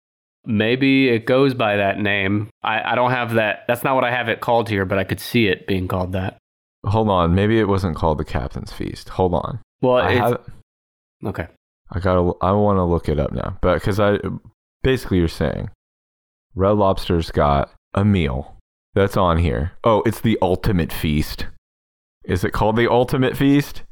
Maybe it goes by that name. I, I don't have that. That's not what I have it called here, but I could see it being called that. Hold on, maybe it wasn't called the Captain's Feast. Hold on. Well, I it's- have okay. I gotta. I want to look it up now, but because I basically you're saying Red Lobster's got a meal that's on here. Oh, it's the ultimate feast. Is it called the ultimate feast?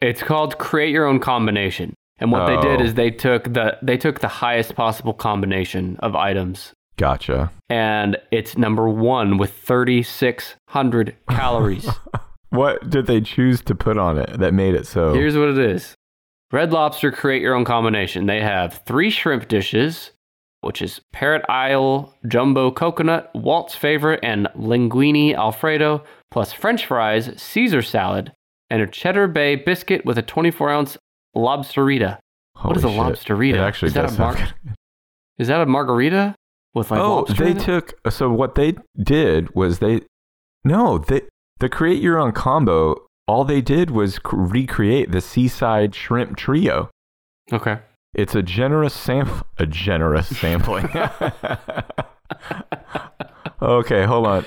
It's called create your own combination. And what they did Oh. is they took the they took the highest possible combination of items, Gotcha. and it's number one with thirty six hundred calories. What did they choose to put on it that made it so? Here's what it is Red Lobster create your own combination. They have three shrimp dishes, which is Parrot Isle, Jumbo Coconut, Walt's Favorite, and Linguine Alfredo, plus French fries, Caesar salad, and a Cheddar Bay biscuit with a 24 ounce lobsterita. what is a Holy shit. lobsterita? It actually is, that does a mar- sound good. is that a margarita with like oh, lobster? they in it? took. So what they did was they, no, they the create your own combo. All they did was c- recreate the seaside shrimp trio. okay. It's a generous sample. A generous sampling. okay, hold on.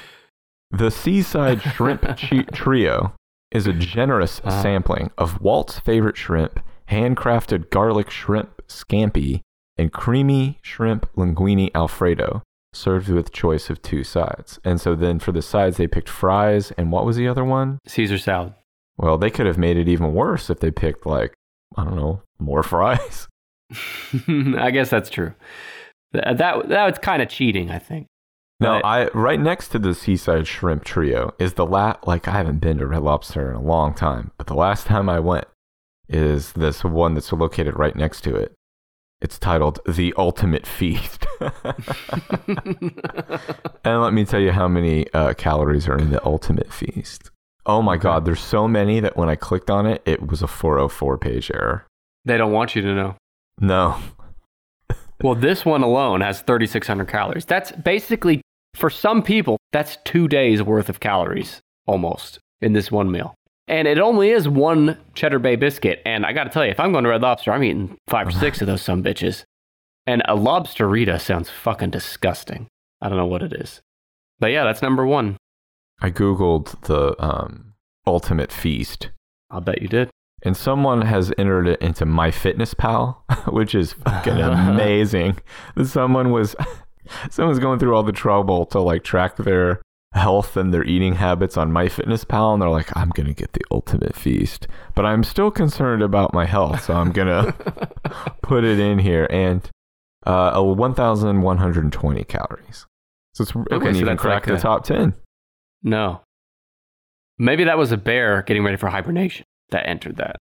The Seaside Shrimp chi- Trio is a generous Uh-huh. sampling of Walt's favorite shrimp, handcrafted garlic shrimp scampi, and creamy shrimp linguine alfredo, served with choice of two sides. And so then for the sides, they picked fries, and what was the other one? Caesar salad. Well, they could have made it even worse if they picked, like, I don't know, more fries. I guess that's true. Th- that, that was kind of cheating, I think. No, But- I right next to the Seaside Shrimp Trio is the last. Like I haven't been to Red Lobster in a long time, but the last time I went is this one that's located right next to it. It's titled The Ultimate Feast, and let me tell you how many uh, calories are in the Ultimate Feast. Oh my God, there's so many that when I clicked on it, it was a 404 page error. they don't want you to know. No, Well, this one alone has 3,600 calories. That's basically, for some people, that's two days worth of calories almost in this one meal. And it only is one Cheddar Bay biscuit. And I got to tell you, if I'm going to Red Lobster, I'm eating five or six of those some bitches. And a lobsterita sounds fucking disgusting. I don't know what it is. But yeah, that's number one. I googled the um, Ultimate Feast. I'll bet you did. and someone has entered it into MyFitnessPal, which is fucking amazing. someone was someone's going through all the trouble to like track their health and their eating habits on MyFitnessPal, and they're like, I'm gonna get the ultimate feast, but I'm still concerned about my health, so I'm gonna put it in here and uh, a 1,120 calories. So it's, it Okay, wouldn't so even that's crack like the a- top ten. No. Maybe that was a bear getting ready for hibernation that entered that.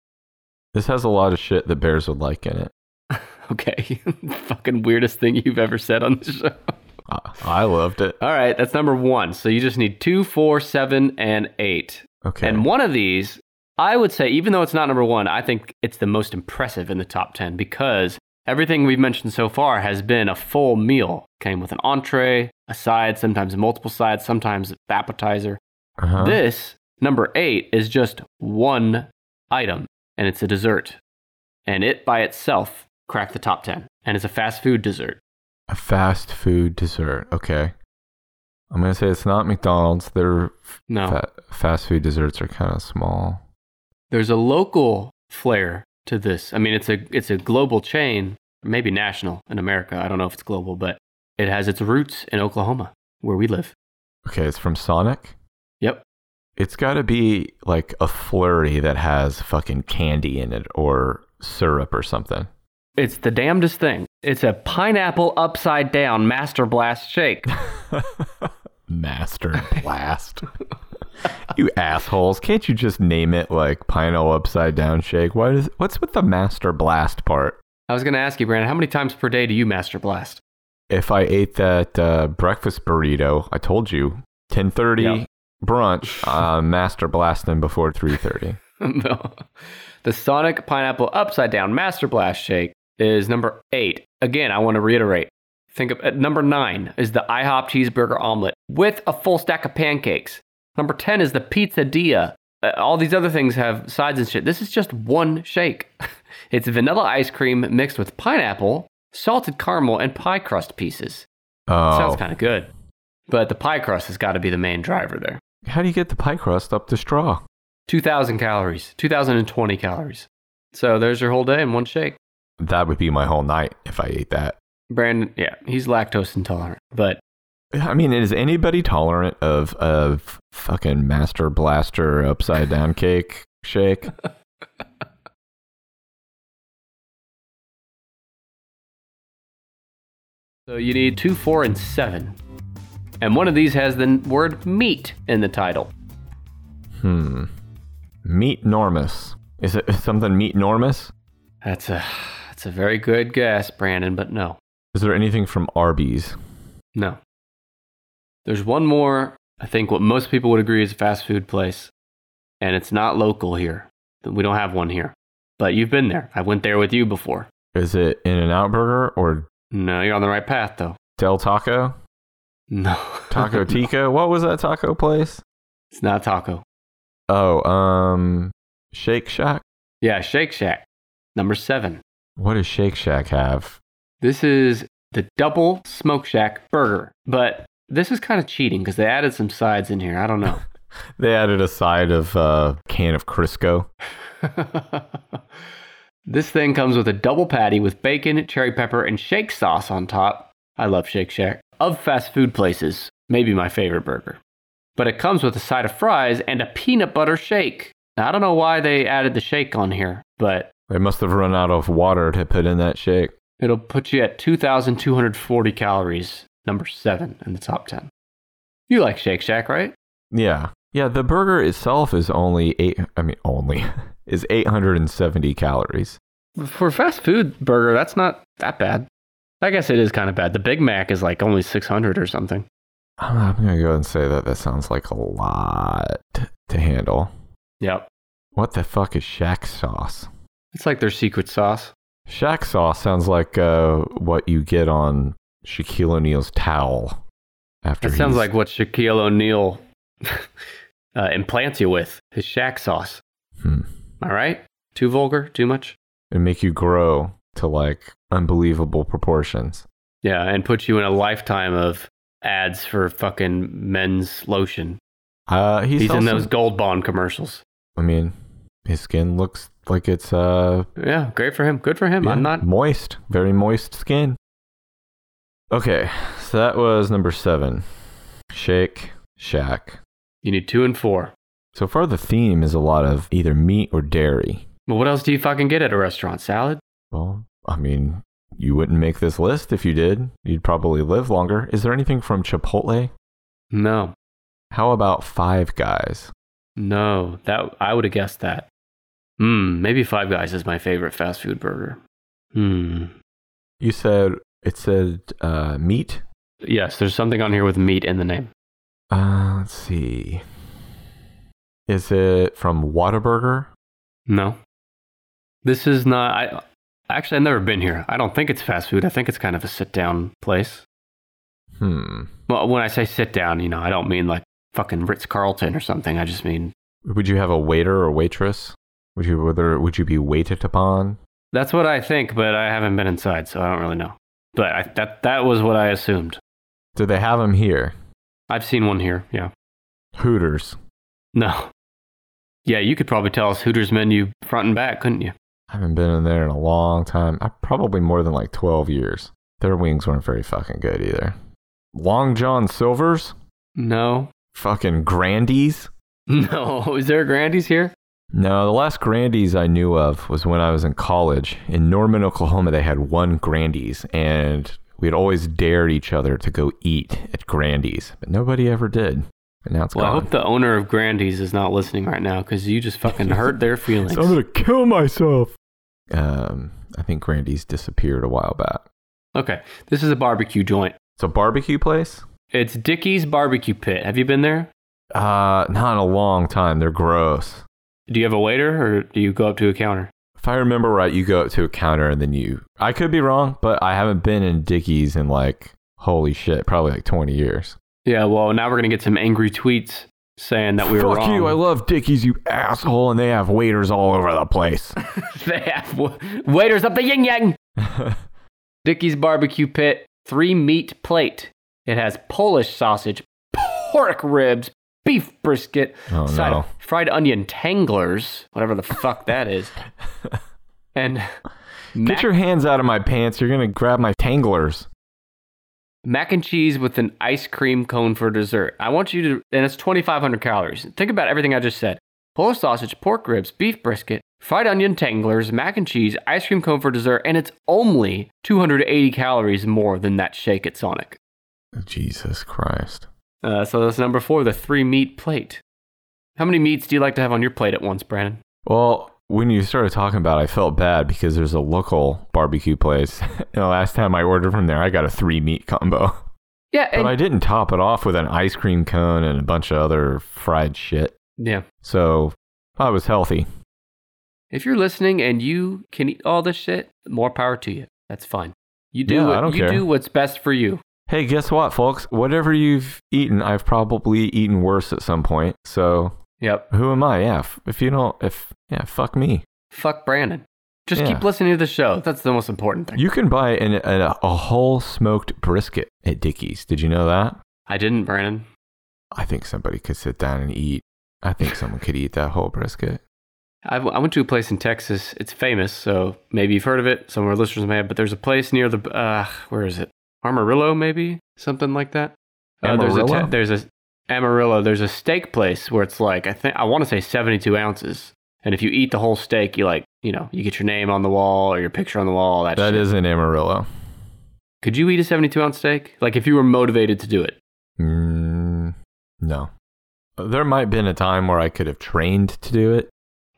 This has a lot of shit that bears would like in it. Okay. Fucking weirdest thing you've ever said on the show. I, Uh, I loved it. All right, that's number one. So you just need two, four, seven, and eight. Okay. Uh, And one of these, I would say, even though it's not number one, I think it's the most impressive in the top 10 because everything we've mentioned so far has been a full meal. Came with an entree, a side, sometimes multiple sides, sometimes appetizer. uh-huh. This, number eight, is just one item, and it's a dessert. And it by itself cracked the top 10, and it's a fast food dessert. A fast food dessert. Okay. I'm gonna say it's not McDonald's. Their No. fa- fast food desserts are kind of small. there's a local flair to this. I mean, it's a it's a global chain, maybe national in America. I don't know if it's global, but it has its roots in Oklahoma, where we live. Okay, it's from Sonic. Yep. It's got to be like a flurry that has fucking candy in it or syrup or something. It's the damnedest thing. It's a pineapple upside down master blast shake. Master Blast. you assholes! Can't you just name it like Pino Upside Down Shake? Why does what's with the Master Blast part? I was going to ask you, Brandon, how many times per day do you master blast? If I ate that uh, breakfast burrito, I told you, ten thirty Yeah. brunch, uh, Master Blasting before three thirty. no. The Sonic Pineapple Upside Down Master Blast Shake is number eight. Again, I want to reiterate. Think of at number nine is the IHOP cheeseburger omelet with a full stack of pancakes. Number ten is the pizzadilla. Uh, all these other things have sides and shit. This is just one shake. it's vanilla ice cream mixed with pineapple, salted caramel, and pie crust pieces. Oh, Sounds kind of good, but the pie crust has got to be the main driver there. how do you get the pie crust up the straw? 2,000 calories, 2,020 calories. So there's your whole day in one shake. That would be my whole night if I ate that. Brandon, yeah, he's lactose intolerant, but I mean, is anybody tolerant of of fucking Master Blaster upside down cake shake? so you need two, four, and seven. And one of these has the n- word meat in the title. Hmm. Meat normous. Is it something meat normous? That's a, that's a very good guess, Brandon, but no, Is there anything from Arby's? no. There's one more, I think what most people would agree is a fast food place, and it's not local here. We don't have one here, but you've been there. I went there with you before. Is it In and Out Burger or No, you're on the right path, though. Del Taco? No. Taco Tico? What was that taco place? It's not taco. Oh, um, Shake Shack. Yeah, Shake Shack. Number seven. What does Shake Shack have? This is the double smoke shack burger, but this is kind of cheating because they added some sides in here. I don't know. They added a side of uh, can of Crisco. this thing comes with a double patty with bacon, cherry pepper, and shake sauce on top. I love Shake Shack. Of fast food places, maybe my favorite burger. But it comes with a side of fries and a peanut butter shake. Now, I don't know why they added the shake on here, but They must have run out of water to put in that shake. It'll put you at 2,240 calories, number seven in the top 10. You like Shake Shack, right? Yeah. Yeah, the burger itself is only eight I mean only is eight hundred and seventy calories. For a fast food burger, that's not that bad. I guess it is kind of bad. The Big Mac is like only 600 or something. I'm I'm gonna go and say that that sounds like a lot to handle. Yep. What the fuck is shack sauce? It's like their secret sauce. Shack sauce sounds like uh, what you get on Shaquille O'Neal's towel. After That sounds he's- like what Shaquille O'Neal uh, implants you with his Shack sauce. Hmm. All right? Too vulgar? Too much? it make you grow to like unbelievable proportions. Yeah, and puts you in a lifetime of ads for fucking men's lotion. Uh, he's, He's in also- those Gold Bond commercials. I mean, his skin looks like it's uh Yeah, great for him. Good for him. Yeah, I'm not. moist, very moist skin. Okay, so that was number seven. Shake. shack. You need two and four. So far, the theme is a lot of either meat or dairy. Well, what else do you fucking get at a restaurant? Salad? Well, I mean, you wouldn't make this list if you did. You'd probably live longer. Is there anything from Chipotle? No. How about Five Guys? No. That I would have guessed that. Hmm, maybe Five Guys is my favorite fast food burger. Hmm. You said it said uh, meat. Yes, there's something on here with meat in the name. Uh, let's see. Is it from Whataburger? No. This is not I actually I've never been here. I don't think it's fast food. I think it's kind of a sit down place. Hmm. Well, when I say sit down, you know, I don't mean like fucking Ritz Carlton or something. I just mean Would you have a waiter or waitress? Would you whether would you be waited upon? that's what I think, but I haven't been inside, so I don't really know. But I, that that was what I assumed. Do they have them here? I've seen one here. Yeah. Hooters. No. Yeah, you could probably tell us Hooters menu front and back, couldn't you? I haven't been in there in a long time. I probably more than like twelve years. Their wings weren't very fucking good either. Long John Silver's, No. fucking Grandies. No. Is there a Grandy's here? No, the last Grandies I knew of was when I was in college. In Norman, Oklahoma, they had one Grandies, and we'd always dared each other to go eat at Grandies, but nobody ever did. And now it's Well, I gone. hope the owner of Grandy's is not listening right now because you just fucking hurt their feelings. So I'm gonna kill myself. Um, I think Grandy's disappeared a while back. Okay, this is a barbecue joint. It's a barbecue place. It's Dickie's Barbecue Pit. Have you been there? Uh, not in a long time. They're gross. Do you have a waiter or do you go up to a counter? If I remember right, you go up to a counter and then you. I could be wrong, but I haven't been in Dickies in like holy shit, probably like 20 years. Yeah, well, now we're going to get some angry tweets saying that we were Fuck wrong. you! I love Dickies, you asshole, and they have waiters all over the place. they have wa- waiters up the yin yang. Dickie's Barbecue Pit, three meat plate. It has Polish sausage, pork ribs, beef brisket, Oh, side no. of fried onion tanglers, whatever the fuck that is, and mac, Get your hands out of my pants! You're gonna grab my tanglers. mac and cheese with an ice cream cone for dessert. I want you to, and it's 2,500 calories. Think about everything I just said. Polish sausage, pork ribs, beef brisket, fried onion tanglers, mac and cheese, ice cream cone for dessert, and it's only 280 calories more than that shake at Sonic. Jesus Christ! Uh, so that's number four, the three meat plate. How many meats do you like to have on your plate at once, Brandon? Well, when you started talking about, it, I felt bad because there's a local barbecue place. and the last time I ordered from there, I got a three meat combo. Yeah, But and, I didn't top it off with an ice cream cone and a bunch of other fried shit. yeah. So I was healthy. If you're listening and you can eat all this shit, more power to you. That's fine. You do Yeah, what, I don't you care. do what's best for you. Hey, guess what, folks? Whatever you've eaten, I've probably eaten worse at some point. So Yep. who am I? Yeah, f- if you don't, if, yeah, fuck me. Fuck Brandon. Just Yeah. keep listening to the show. That's the most important thing. You can buy an, an, a whole smoked brisket at Dickie's. Did you know that? I didn't, Brandon. I think somebody could sit down and eat. I think someone could eat that whole brisket. I, I went to a place in Texas. It's famous, so maybe you've heard of it. Some of our listeners may have, but there's a place near the, uh, where is it? Amarillo, maybe? Something like that. Uh, there's, a te- Amarillo? there's a Amarillo. There's a steak place where it's like, I think, I want to say 72 ounces. And if you eat the whole steak, you like, you know, you get your name on the wall or your picture on the wall. All that, That shit. is in Amarillo. Could you eat a 72 ounce steak? Like, if you were motivated to do it. Mm, no. There might have been a time where I could have trained to do it.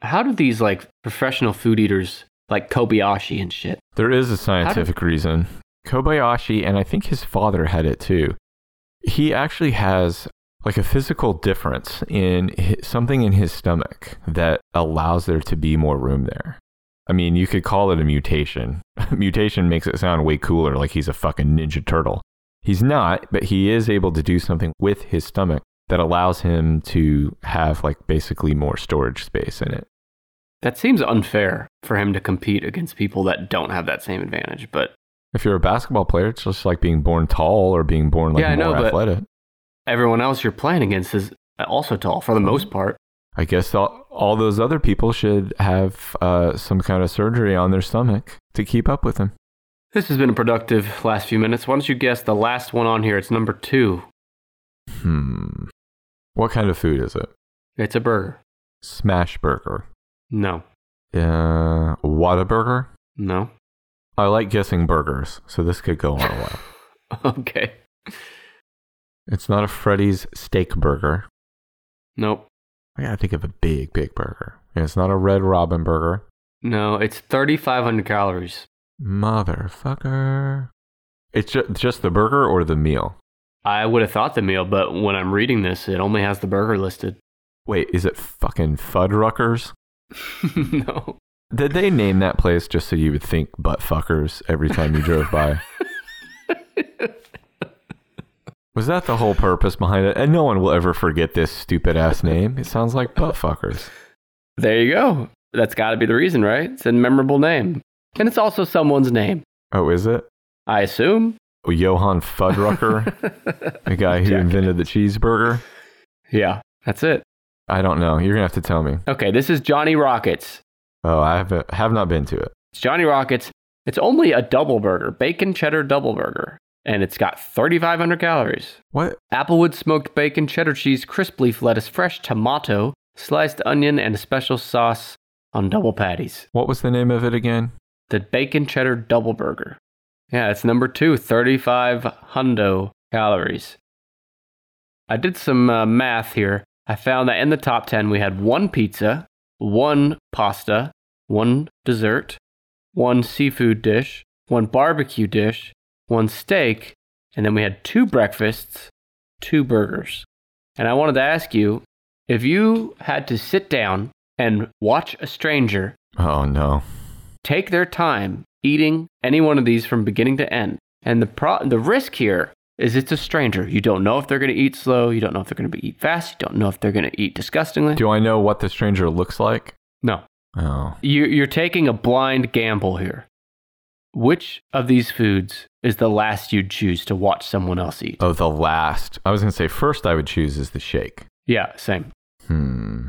How do these, like, professional food eaters, like Kobayashi and shit? There is a scientific reason. Kobayashi, and I think his father had it too. He actually has like a physical difference in hi- something in his stomach that allows there to be more room there. I mean, you could call it a mutation. mutation makes it sound way cooler, like he's a fucking ninja turtle. He's not, but he is able to do something with his stomach that allows him to have like basically more storage space in it. That seems unfair for him to compete against people that don't have that same advantage. But If you're a basketball player, it's just like being born tall or being born like Yeah, I know, more but- athletic. everyone else you're playing against is also tall for the most part. I guess all, all those other people should have uh, some kind of surgery on their stomach to keep up with him. This has been a productive last few minutes. Why don't you guess the last one on here? It's number two. Hmm. What kind of food is it? It's a burger. Smash burger. No. Uh, Whataburger? No. I like guessing burgers, so this could go on a while. Okay. It's not a Freddy's steak burger. Nope. I gotta think of a big, big burger. And it's not a Red Robin burger. No, it's 3,500 calories. Motherfucker. It's ju- just the burger or the meal? I would have thought the meal, but when I'm reading this, it only has the burger listed. Wait, is it fucking Fuddruckers? no. Did they name that place just so you would think butt fuckers every time you drove by? Was that the whole purpose behind it? And no one will ever forget this stupid ass name. It sounds like butt fuckers. There you go. That's got to be the reason, right? It's a memorable name. And it's also someone's name, Oh, is it? I assume. Oh, Johann Fuddrucker, the guy who Jack. invented the cheeseburger? yeah, that's it. I don't know. You're gonna have to tell me. Okay, this is Johnny Rockets. Oh, I have have not been to it. It's Johnny Rockets. It's only a double burger, bacon cheddar double burger, and it's got 3,500 calories. What? Applewood smoked bacon, cheddar cheese, crisp leaf lettuce, fresh tomato, sliced onion, and a special sauce on double patties. What was the name of it again? The bacon cheddar double burger. Yeah, it's number two, 35 hundo calories. I did some uh, math here. I found that in the top 10, we had one pizza, one pasta, one dessert, one seafood dish, one barbecue dish, one steak, and then we had two breakfasts, two burgers. And I wanted to ask you if you had to sit down and watch a stranger Oh no. take their time eating any one of these from beginning to end. And the pro- the risk here is it's a stranger. You don't know if they're going to eat slow. You don't know if they're going to eat fast. You don't know if they're going to eat disgustingly. Do I know what the stranger looks like? no, Oh, you, you're taking a blind gamble here. Which of these foods is the last you'd choose to watch someone else eat? oh, the last. I was gonna say first I would choose is the shake. Yeah, same. Hmm.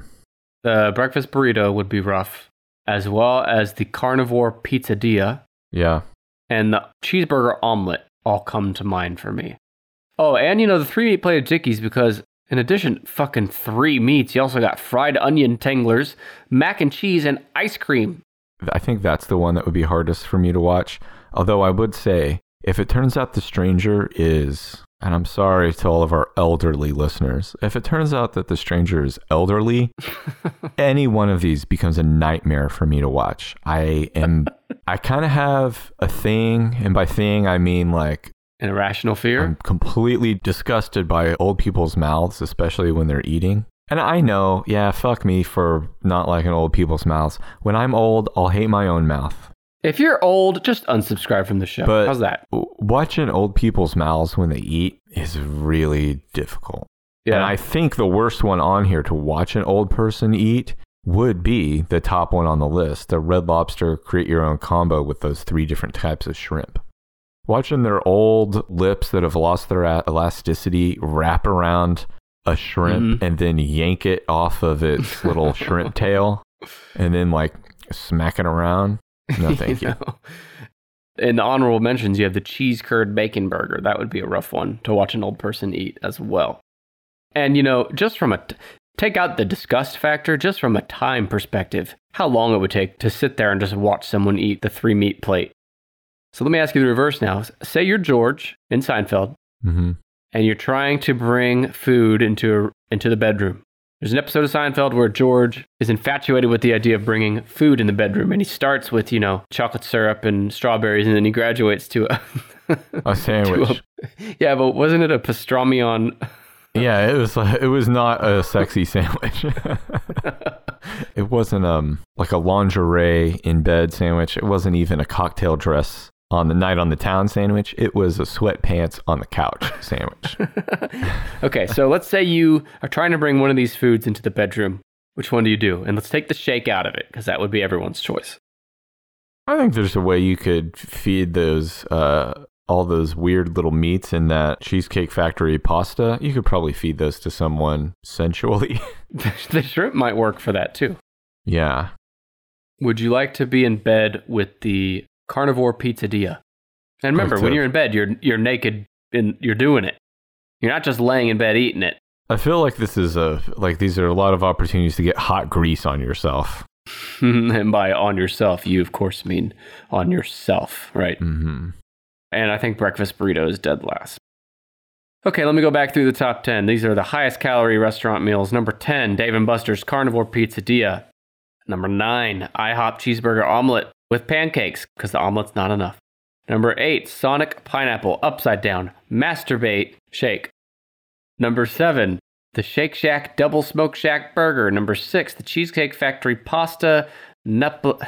The breakfast burrito would be rough, as well as the carnivore pizzadilla, Yeah. and the cheeseburger omelet all come to mind for me. Oh, and you know the three meat plate of Dickies because in addition, fucking three meats, you also got fried onion tanglers, mac and cheese, and ice cream. I think that's the one that would be hardest for me to watch. Although I would say, if it turns out the stranger is, and I'm sorry to all of our elderly listeners, if it turns out that the stranger is elderly, any one of these becomes a nightmare for me to watch. I am, I kind of have a thing, and by thing, I mean like An irrational fear. I'm completely disgusted by old people's mouths, especially when they're eating. And I know, yeah, fuck me for not liking old people's mouths. When I'm old, I'll hate my own mouth. if you're old, just unsubscribe from the show. But- How's that? W- Watching old people's mouths when they eat is really difficult. And I think the worst one on here to watch an old person eat would be the top one on the list the red lobster create your own combo with those three different types of shrimp. Watching their old lips that have lost their a- elasticity wrap around a shrimp and then yank it off of its little shrimp tail and then like smack it around. No, thank you. know? In the honorable mentions, you have the cheese curd bacon burger. That would be a rough one to watch an old person eat as well. And you know, just from a t- take out the disgust factor, just from a time perspective, how long it would take to sit there and just watch someone eat the three meat plate. So let me ask you the reverse now. Say you're George in Seinfeld, hmm and you're trying to bring food into into the bedroom. There's an episode of Seinfeld where George is infatuated with the idea of bringing food in the bedroom, and he starts with you know chocolate syrup and strawberries, and then he graduates to a A sandwich. yeah, but wasn't it a pastrami on? Yeah, it was it was not a sexy sandwich. it wasn't um like a lingerie in bed sandwich. It wasn't even a cocktail dress on the night on the town sandwich. It was a sweatpants on the couch sandwich. okay, so let's say you are trying to bring one of these foods into the bedroom. Which one do you do? And let's take the shake out of it because that would be everyone's choice. I think there's a way you could feed those uh all those weird little meats in that cheesecake factory pasta. You could probably feed those to someone sensually. the shrimp might work for that too. yeah. Would you like to be in bed with the carnivore pizzadilla? And remember, That's when it. you're in bed, you're you're naked and you're doing it. You're not just laying in bed eating it. I feel like this is a like these are a lot of opportunities to get hot grease on yourself. and by on yourself, you of course mean on yourself, right? Mm-hmm. And I think breakfast burrito is dead last. Okay, let me go back through the top 10. These are the highest calorie restaurant meals. Number 10, Dave and Buster's Carnivore Pizzeria. Number 9, IHOP Cheeseburger Omelet with pancakes, because the omelet's not enough. Number 8, Sonic Pineapple Upside Down Masturbate Shake. Number 7, the Shake Shack Double Smoke Shack Burger. Number 6, the Cheesecake Factory Pasta Napol-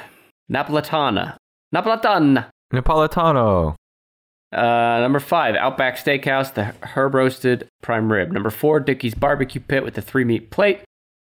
Napolitana. Napolitana. Napolitano. Uh, number five, Outback Steakhouse, the herb roasted prime rib. Number four, Dickie's Barbecue Pit with the three meat plate.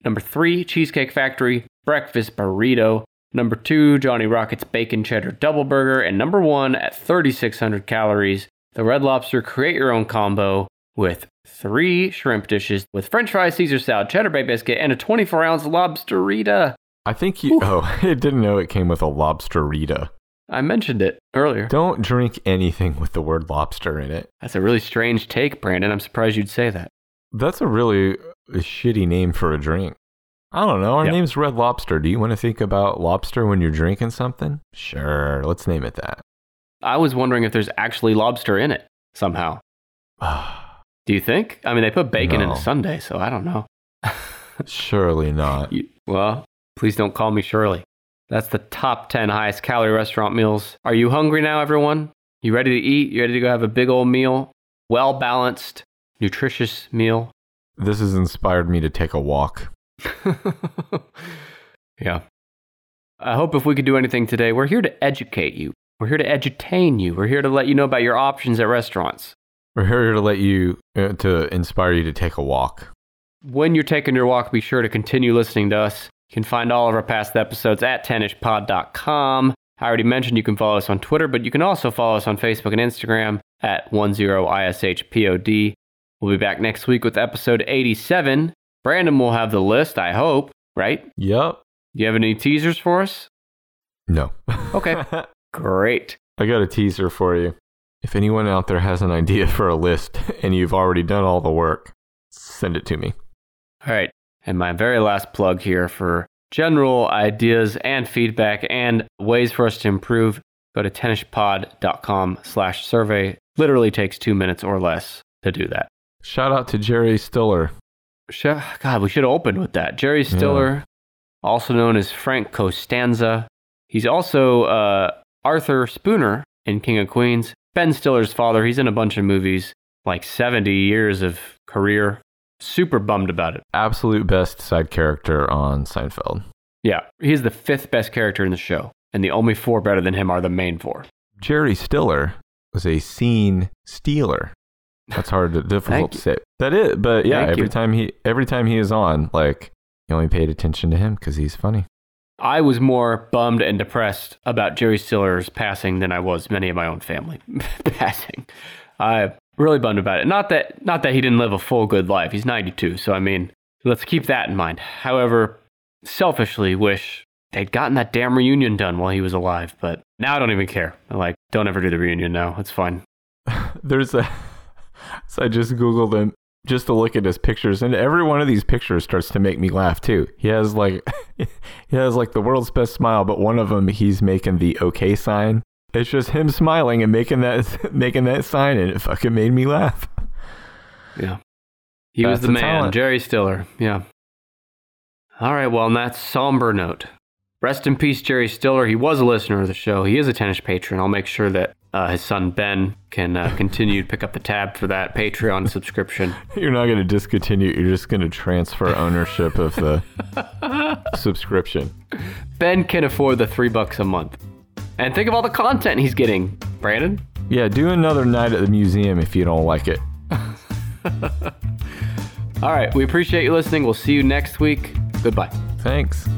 Number three, Cheesecake Factory breakfast burrito. Number two, Johnny Rocket's Bacon Cheddar Double Burger. And number one, at 3,600 calories, the Red Lobster Create Your Own Combo with three shrimp dishes with French fries, Caesar salad, cheddar bay biscuit, and a 24 ounce lobsterita. I think you. Oof. Oh, I didn't know it came with a lobsterita. I mentioned it earlier. Don't drink anything with the word lobster in it. That's a really strange take, Brandon. I'm surprised you'd say that. That's a really shitty name for a drink. I don't know. Our Yeah. name's Red Lobster. Do you want to think about lobster when you're drinking something? Sure. Let's name it that. I was wondering if there's actually lobster in it somehow. Do you think? I mean, they put bacon in No. a sundae, so I don't know. Surely not. You- well, please don't call me Shirley. That's the top 10 highest calorie restaurant meals. Are you hungry now, everyone? You ready to eat? You ready to go have a big old meal? Well balanced, nutritious meal. This has inspired me to take a walk. yeah. I hope if we could do anything today, we're here to educate you. We're here to edutain you. We're here to let you know about your options at restaurants. We're here to let you, uh, to inspire you to take a walk. When you're taking your walk, be sure to continue listening to us. You can find all of our past episodes at 10ishpod.com. I already mentioned you can follow us on Twitter, but you can also follow us on Facebook and Instagram at 10ishpod. We'll be back next week with episode 87. Brandon will have the list, I hope, right? Yep. Do you have any teasers for us? No. Okay. Great. I got a teaser for you. If anyone out there has an idea for a list and you've already done all the work, send it to me. All right. And my very last plug here for general ideas and feedback and ways for us to improve, go to tennispod.com slash survey. Literally takes two minutes or less to do that. Shout out to Jerry Stiller. Sh- God, we should have opened with that. Jerry Stiller, also known as Frank Costanza. He's also uh, Arthur Spooner in King of Queens. Ben Stiller's father. He's in a bunch of movies, like 70 years of career. Super bummed about it. Absolute best side character on Seinfeld. Yeah, he's the fifth best character in the show, and the only four better than him are the main four. Jerry Stiller was a scene stealer. That's hard to Thank difficult to say. That is, but yeah, Thank every you. time he every time he is on, like you only paid attention to him because he's funny. I was more bummed and depressed about Jerry Stiller's passing than I was many of my own family passing. I really bummed about it. Not that not that he didn't live a full good life. He's 92, so I mean, let's keep that in mind. However, selfishly wish they'd gotten that damn reunion done while he was alive, but now I don't even care. I'm like, don't ever do the reunion now. It's fine. There's a so I just googled him just to look at his pictures, and every one of these pictures starts to make me laugh too. He has like he has like the world's best smile, but one of them he's making the okay sign. It's just him smiling and making that making that sign, and it fucking made me laugh. Yeah. He That's was the a man, talent. Jerry Stiller. Yeah. All right, well, on that somber note, rest in peace, Jerry Stiller. He was a listener of the show. He is a tennis patron. I'll make sure that uh, his son Ben can uh, continue to pick up the tab for that Patreon subscription. You're not going to discontinue. You're just going to transfer ownership of the subscription. Ben can afford the three bucks a month. And think of all the content he's getting, Brandon. Yeah, do another night at the museum if you don't like it. All right, we appreciate you listening. We'll see you next week. Goodbye. Thanks.